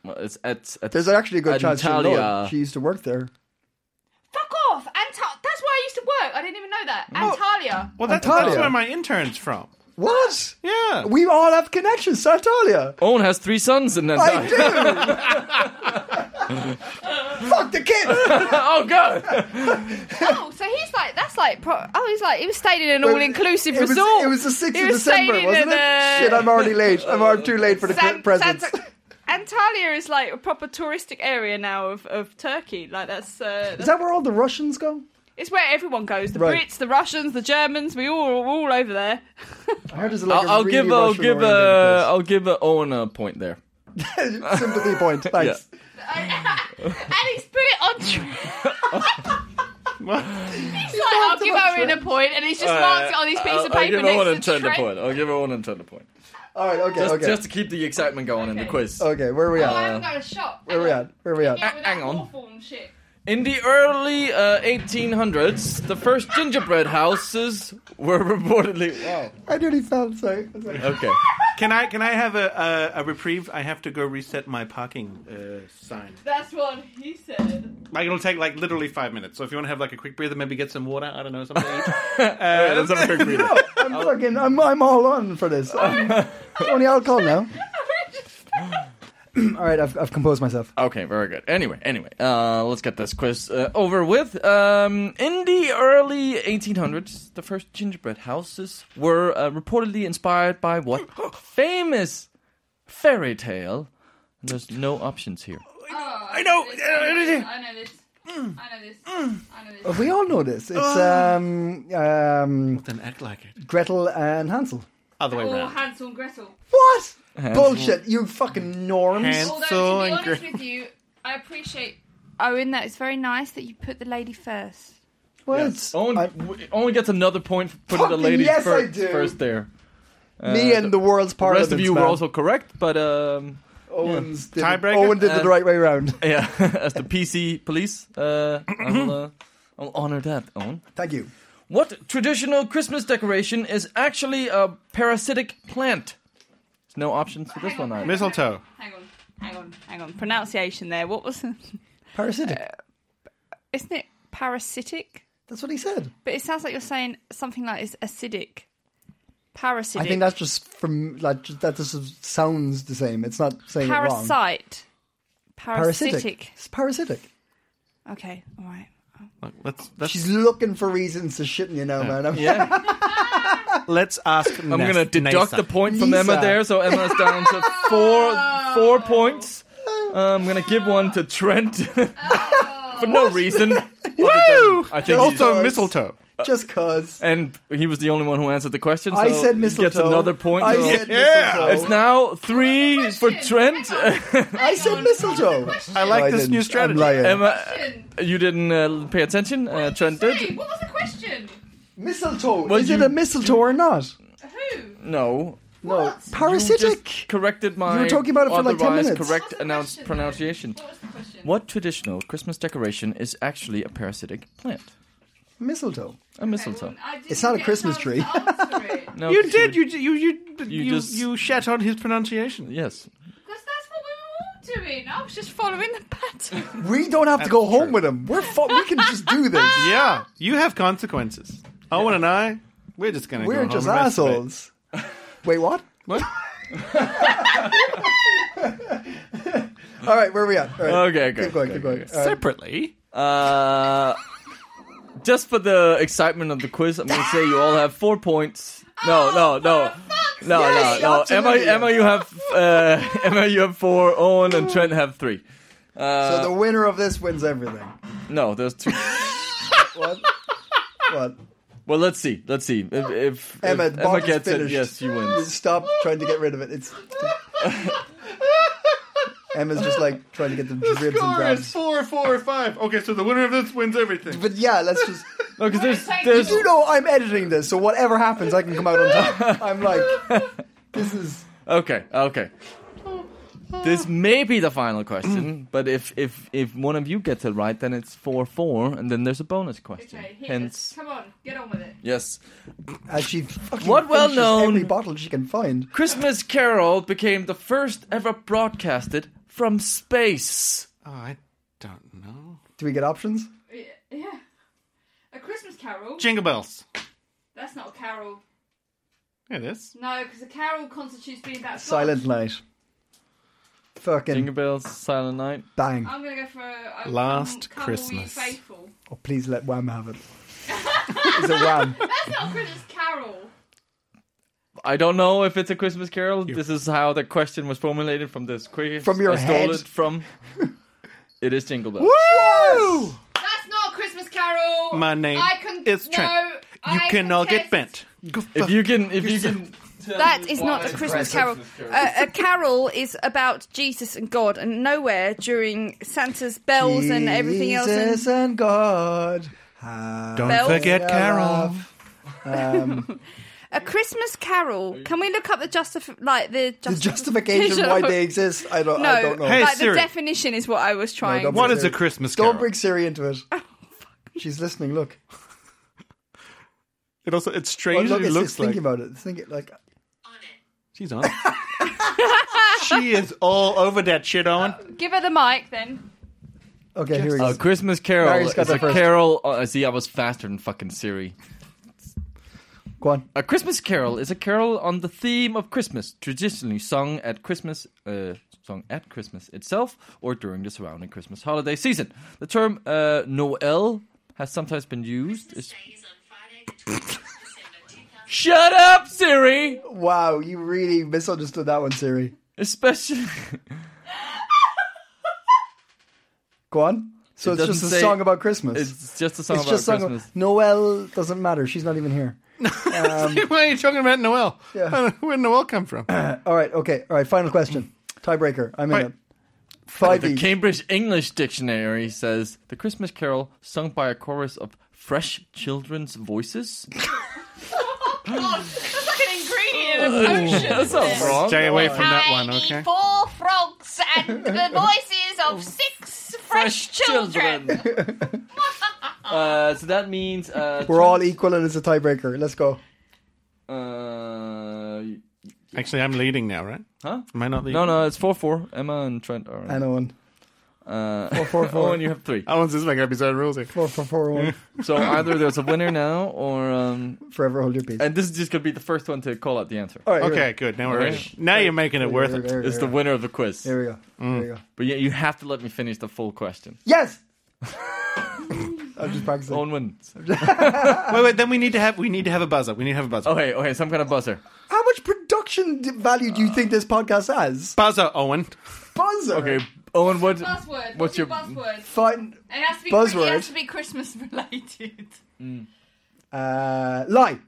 well, it's at, at There's actually a good chance she'll know Antalya. it. She used to work there. Fuck off! Anta- that's where I used to work. I didn't even know that. Oh. Antalya. Well, that's, Antalya. that's where my intern's from. What? Yeah. We all have connections, Sartalia. Owen has three sons and then I do. Fuck the kid. oh god. Oh, so he's like that's like pro- oh he's like he was staying in an all inclusive It was, resort. it was the sixth He of was December, staying wasn't in it? a- Shit, I'm already late. I'm already too late for the San- presents. Santa- Antalya is like a proper touristic area now of, of Turkey. Like that's, uh, Is that where all the Russians go? it's where everyone goes. The Right. Brits, the Russians, the Germans. We all are all over there. I heard there's like I'll, I'll a really give, I'll Russian give, uh, oriented I'll give uh, Owen a point there. place. sympathy point. Thanks. and he's put it on. Tra- he's like, I'll give Owen a point, and he's just Uh, marked it on his piece of I'll paper give Owen next to and the a train. point. I'll give Owen and a point. All right. Okay. Just, okay. just to keep the excitement going in the Okay. quiz. okay. Where are we at? Oh, I haven't got a shot. where are we at? Where are we at? Hang on. Form shit. In the early uh, 1800s, the first gingerbread houses were reportedly. Wow. I nearly fell. Sorry. Sorry. Okay. Can I can I have a, a, a reprieve? I have to go reset my parking uh, sign. That's what he said. Like it'll take like literally five minutes. So if you want to have like a quick breather, maybe get some water. I don't know something. to eat. Uh, Alright, let's have a quick read. I'm fucking. I'm, I'm all on for this. I'm, only alcohol now. all right. I've, I've composed myself. Okay, very good. Anyway, anyway, uh, let's get this quiz uh, over with. Um, in the early 1800s, the first gingerbread houses were uh, reportedly inspired by what famous fairy tale? And there's no options here. I know. Oh, I know this. I know this. I know this. We all know this. It's um um Then act like it. Gretel and Hansel. Other way Or around. Hansel and Gretel. What? Bullshit! You fucking norms. Hans- Although, So to be honest angry. with you, I appreciate Owen. That it's very nice that you put the lady first. Well, it's- Owen, I- w- Owen gets another point for putting the Fucking lady yes, fir- I do. first there. me and the world's uh, The part rest of you were also correct, but um, Owen's did it, Tiebreaker? Owen did it Uh, the right way around. yeah, as the PC police, uh, I'll, uh, I'll honor that, Owen. Thank you. What traditional Christmas decoration is actually a parasitic plant? There's no options for this one either. Mistletoe. Hang on. Hang on, hang on. Pronunciation there. What was? Parasitic. Isn't it parasitic? That's what he said. But it sounds like you're saying something like it's acidic. Parasitic. I think that's just from like just, that. Just sounds the same. It's not saying it wrong. parasite. Parasitic. Parasitic. It's parasitic. Okay, all right. Look, let's let's, She's looking for reasons to shit, you know, man. I'm, Yeah, Let's ask. I'm gonna deduct the point from Lisa. Emma there, so Emma's down to four four points. Uh, I'm gonna give one to Trent for no reason. Woo! I think also he's- mistletoe. Just cause. and he was the only one who answered the question. So I said mistletoe. Gets another point. I So said Yeah. mistletoe. it's now three for Trent. I said mistletoe. I like this new I'm strategy. lying. Emma, you didn't uh, pay attention. Uh, Trent did. What was the question? mistletoe. Well, is it a you- mistletoe or not? Who? No, No. just Parasitic. corrected my. You were talking about it for like 10 otherwise minutes. Correct What's the announce question, pronunciation. What was the question? What traditional Christmas decoration is actually a parasitic plant? Mistletoe. A mistletoe. It's not a Christmas tree. Because No, You because did. You you you you you, just- shat on his pronunciation. Yes. that's what we were all doing. I was just following the pattern. We don't have to go home with them. We're fu- we can just do this. Yeah, you have consequences. Owen and I, we're just gonna. We're go just home and masturbate. assholes. Wait, what? What? All right, where are we at? All right. Okay, good. Keep going, keep going. All right. Separately, Um, Uh, just for the excitement of the quiz, I'm going to say you all have four points. No, no, no. No, no, sake. no. Emma, Absolutely. Emma, you have uh, Emma, you have four. Owen and Trent have three. Uh, so the winner of this wins everything. No, there's two. What? what? Well, let's see. Let's see if, if Emma, if the Emma box is gets finished. it. Yes, she You wins. Stop trying to get rid of it. It's Emma's just like trying to get the dribs and drabs. four, four, five. Okay, so the winner of this wins everything. But yeah, let's just. No, because there's Wait, there's You know, I'm editing this, so whatever happens, I can come out on top. I'm like, this is. Okay, okay. This may be the final question, but if if if one of you gets it right, then it's four four, and then there's a bonus question. Okay, hit us. Hence, Come on, get on with it. yes, As she fucking What well finishes known- every bottle she can find. Christmas Carol became the first ever broadcasted from space. Oh, I don't know. Do we get options? Yeah. yeah. A Christmas carol? Jingle bells. That's not a carol. It is. No, because a carol constitutes being that Silent Night. Fucking Jingle bells, Silent Night. bang! I'm gonna go for a, a Last come, come All Ye Christmas. faithful. Oh, please let Wham have it. Is it Wham? That's not a Christmas carol. I don't know if it's a Christmas Carol. This is how the question was formulated from this quiz. From your I stole head. it from. It is Jingle Bells. Woo! That's not a Christmas carol. My name I can, is no, Trent. You I can all contest- get bent. Go If you can, if you can. That is not a Christmas carol. Uh, a carol is about Jesus and God, and nowhere during Santa's bells and everything else. Jesus And and God. have Don't Bells. forget Carol. love. Um, a Christmas carol. Can we look up the justif like the, the justification why they exist, I don't, No, I don't know. Hey, like Siri. the definition is what I was trying. don't What bring is Siri- a Christmas Don't Carol? bring Siri into it. Oh, She's listening. Look, It also it's well, strange. look, that it it's, looks it's like thinking about it. It's thinking like On it. she's on. she is all over that shit, Owen. Give her the mic then. okay, here we go. Uh, A Christmas Carol Mary's is got a the first. carol. Oh, I see. I was faster than fucking Siri. Oh, Go on. A Christmas Carol is a carol on the theme of Christmas, traditionally sung at Christmas, uh, sung at Christmas itself, or during the surrounding Christmas holiday season. The term uh, Noel has sometimes been used. Christmas Day It's- is on Friday, the 12th of December 2000. Shut up, Siri. Wow, you really misunderstood that one, Siri. Especially, Go on. So It it's just a doesn't say- song about Christmas. it's just a song it's about just song. Christmas. Noel doesn't matter. She's not even here. Um, Why are you talking about Noel? Yeah. I don't know Where did Noel come from? all right. Okay. All right. Final question. Tiebreaker. I'm Right. in it. Five The each. Cambridge English Dictionary says the Christmas carol sung by a chorus of fresh children's voices. That's like an ingredient in a potion. Oh, That's not wrong. Stay away from that I one, need okay? four frogs and the voices of six fresh, children. uh, so that means uh, We're all e- equal, and it's a tiebreaker. Let's go. Uh, Actually, I'm leading now, right? huh? Am I not leading? No, no, it's four four. Emma and Trent are. in. And Owen. Uh, four, four. Owen, you have three. Owen's Oh, this is like episode rules here. Four for four one. So either there's a winner now, or um, Forever hold your peace. and this is just gonna be the first one to call out the answer. all right. here we Okay, good. Now we're Okay. ready. Now you're making it go. worth Here we it. go, It's the Mm. winner of the quiz. Here we go. Here we go. Here we go. But yeah, you have to let me finish the full question. Yes. I'm just practicing. Owen wins. wait, wait. Then we need to have we need to have a buzzer. We need to have a buzzer. Okay, okay, some kind of buzzer. How much production d- value do you think this podcast has? Buzzer, Owen. Buzzer. Okay, Owen, what? Buzzword. What's What's your your- buzzword? Fine. It has to be. Buzzword. It has to be Christmas related. Uh, lie.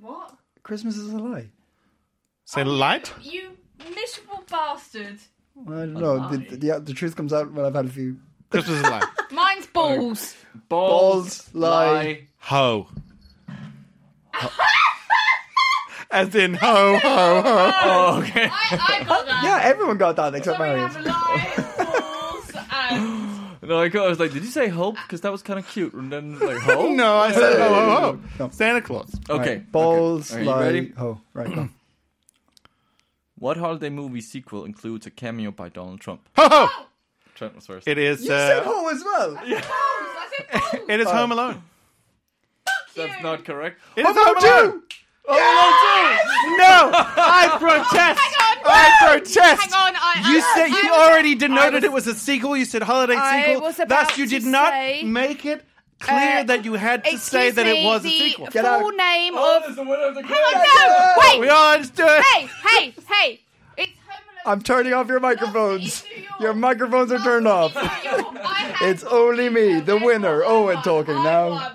What? Christmas is a lie. Say light. You miserable bastard. I don't know. The, the, the, truth comes out when I've had a few Christmas is light. Mine's Oh. balls. balls. Lie. Ho. As in ho ho ho. Oh, okay. I, I got that. Yeah, everyone got that except So we Marius. have lies, balls, and No, I got- I was like, did you say hope? Because that was kind of cute. And then like hope. No, I said ho ho ho. No. Santa Claus. Okay. Balls. Okay. Are you lie. ready? Oh, right. Go. What holiday movie sequel includes a cameo by Donald Trump? Ho ho. Trent was first. It is. you said Uh, ho as well. balls. I said balls. it is Home Alone. That's not correct. Oh It is Home Alone. No, I protest. I protest. Hang on, I- you I- said you I- already denoted it was a sequel. You said holiday I sequel. was about Thus, you to did not say- make it clear Uh, that you had to Excuse say that it me, was a the sequel. Full out. name of. is the winner of the No, Oh, wait. We all understood. Hey, hey, hey. It's Home Alone. I'm turning off your microphones. Your microphones are turned off. It's it's only me, the winner, Owen, talking now.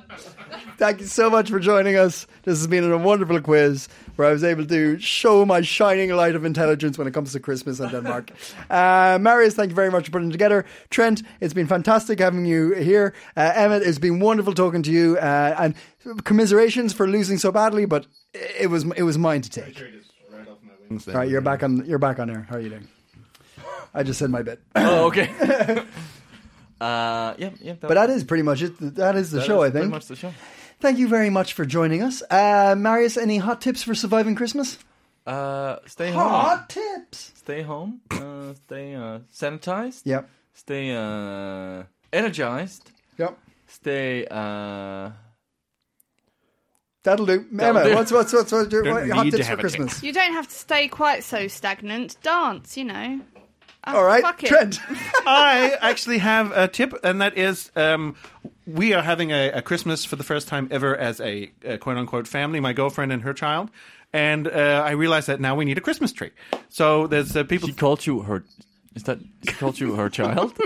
Thank you so much for joining us. This has been a wonderful quiz where I was able to show my shining light of intelligence when it comes to Christmas in Denmark. Uh, Marius, thank you very much for putting it together. Trent, it's been fantastic having you here. Uh, Emmett, it's been wonderful talking to you. Uh, and commiserations for losing so badly, but it was it was mine to take. All right, you're back on you're back on air. How are you doing? I just said my bit. Oh, okay. uh, yeah, yeah. But that is pretty much it. That is the show, I Pretty think. much the show. Thank you very much for joining us. Uh, Marius, any hot tips for surviving Christmas? Oh. Uh, stay home. tips. Stay home. Uh, stay uh, sanitized. Yep. Stay uh, energized. Yep. Stay. Uh, That'll do. That'll Emma, do. what's what's what's what's your Don't what, hot need to tips for have a tip. Christmas? You don't have to stay quite so stagnant. Dance, you know. Oh, All right, fuck it. Trent. I actually have a tip, and that is um, we are having a, a Christmas for the first time ever as a, a quote unquote family, my girlfriend and her child. And uh, I realized that now we need a Christmas tree. So there's uh, people, she called you her. Is that she called you her child?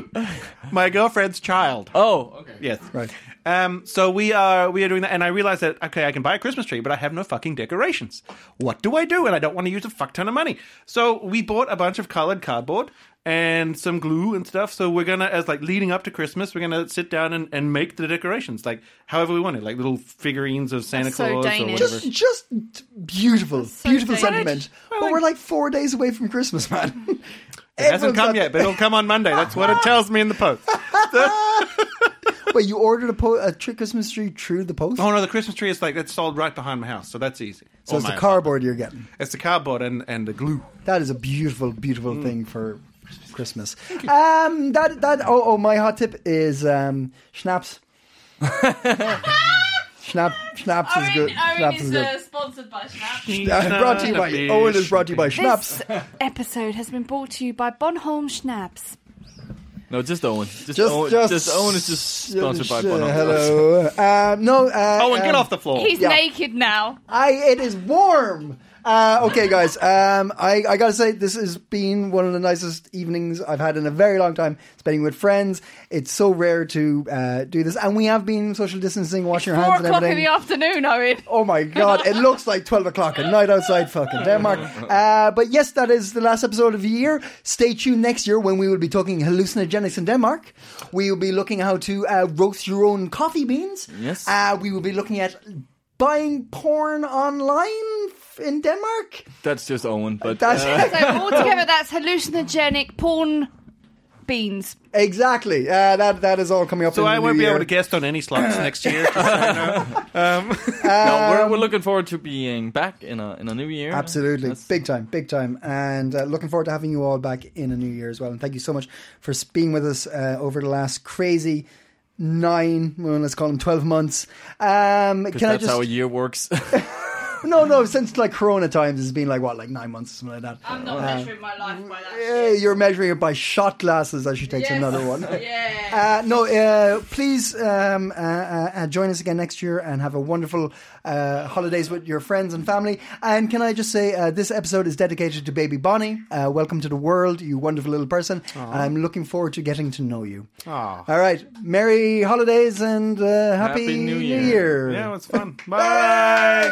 my girlfriend's child. oh, okay. Yes. Right. Um, so we are we are doing that, and I realized that okay, I can buy a Christmas tree, but I have no fucking decorations. What do I do? And I don't want to use a fuck ton of money. So we bought a bunch of colored cardboard and some glue and stuff. So we're gonna, as like leading up to Christmas, we're gonna sit down and, and make the decorations, like however we want it, like little figurines of Santa That's so Claus or Danish. whatever. Just just beautiful, beautiful strange. sentiment. But we're like four days away from Christmas, man. it It hasn't come yet, but it'll come on Monday. That's what it tells me in the post. Wait, you ordered a, po- a trick Christmas tree through the post? Oh no, the Christmas tree is like that's sold right behind my house, so that's easy. so Or it's my the cardboard you're getting. It's the cardboard and and the glue. That is a beautiful, beautiful thing for Christmas. Um, that that oh oh, my hot tip is um, schnapps. Schnapp, schnapps is good. Owen, Owen Schnapps is is good. uh, sponsored by Snap. Uh, brought to you by Owen is brought to you by Schnapps. This episode has been brought to you by Bonholm Schnapps. No, just Owen. Just, Just, Owen. just, Just, Oh, Owen is just sponsored by uh, Bonhoeffer. Hello. Um, no. Uh, Owen, get um, off the floor. He's Yeah. naked now. I it is warm. Uh, okay, guys. Um, I I gotta say this has been one of the nicest evenings I've had in a very long time. Spending with friends. It's so rare to uh, do this, and we have been social distancing, washing our Four hands, and o'clock in everything. the afternoon, Owen. Oh my god, it looks like 12 o'clock at night outside fucking Denmark. Uh, but yes, that is the last episode of the year. Stay tuned next year when we will be talking hallucinogenics in Denmark. We will be looking how to uh, roast your own coffee beans. Yes. Uh, we will be looking at buying porn online f- in Denmark. That's just Owen. But That's uh, So altogether, that's hallucinogenic porn beans. exactly. Uh, that that is all coming up. So in I the won't new be year. able to guest on any slots next year. no, we're, we're looking forward to being back in a in a new year. Um, Absolutely, That's- big time, big time, and uh, looking forward to having you all back in a new year as well. And thank you so much for s- being with us uh, over the last crazy nine, well, let's call them twelve months. Um, can I that's just? how a year works. no, no. Since like Corona times, it's been like what, like nine months or something like that. Uh, I'm not measuring my life by that. Yeah, you're measuring it by shot glasses as she takes Yes. another one. Yeah. Uh, no, uh, please um, uh, uh, uh, join us again next year and have a wonderful uh, holidays with your friends and family. And can I just say, uh, this episode is dedicated to baby Bonnie. Uh, welcome to the world, you wonderful little person. I'm looking forward to getting to know you. All right, merry holidays and uh, happy, Happy New Year. Year. Yeah, it was fun. Bye.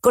Go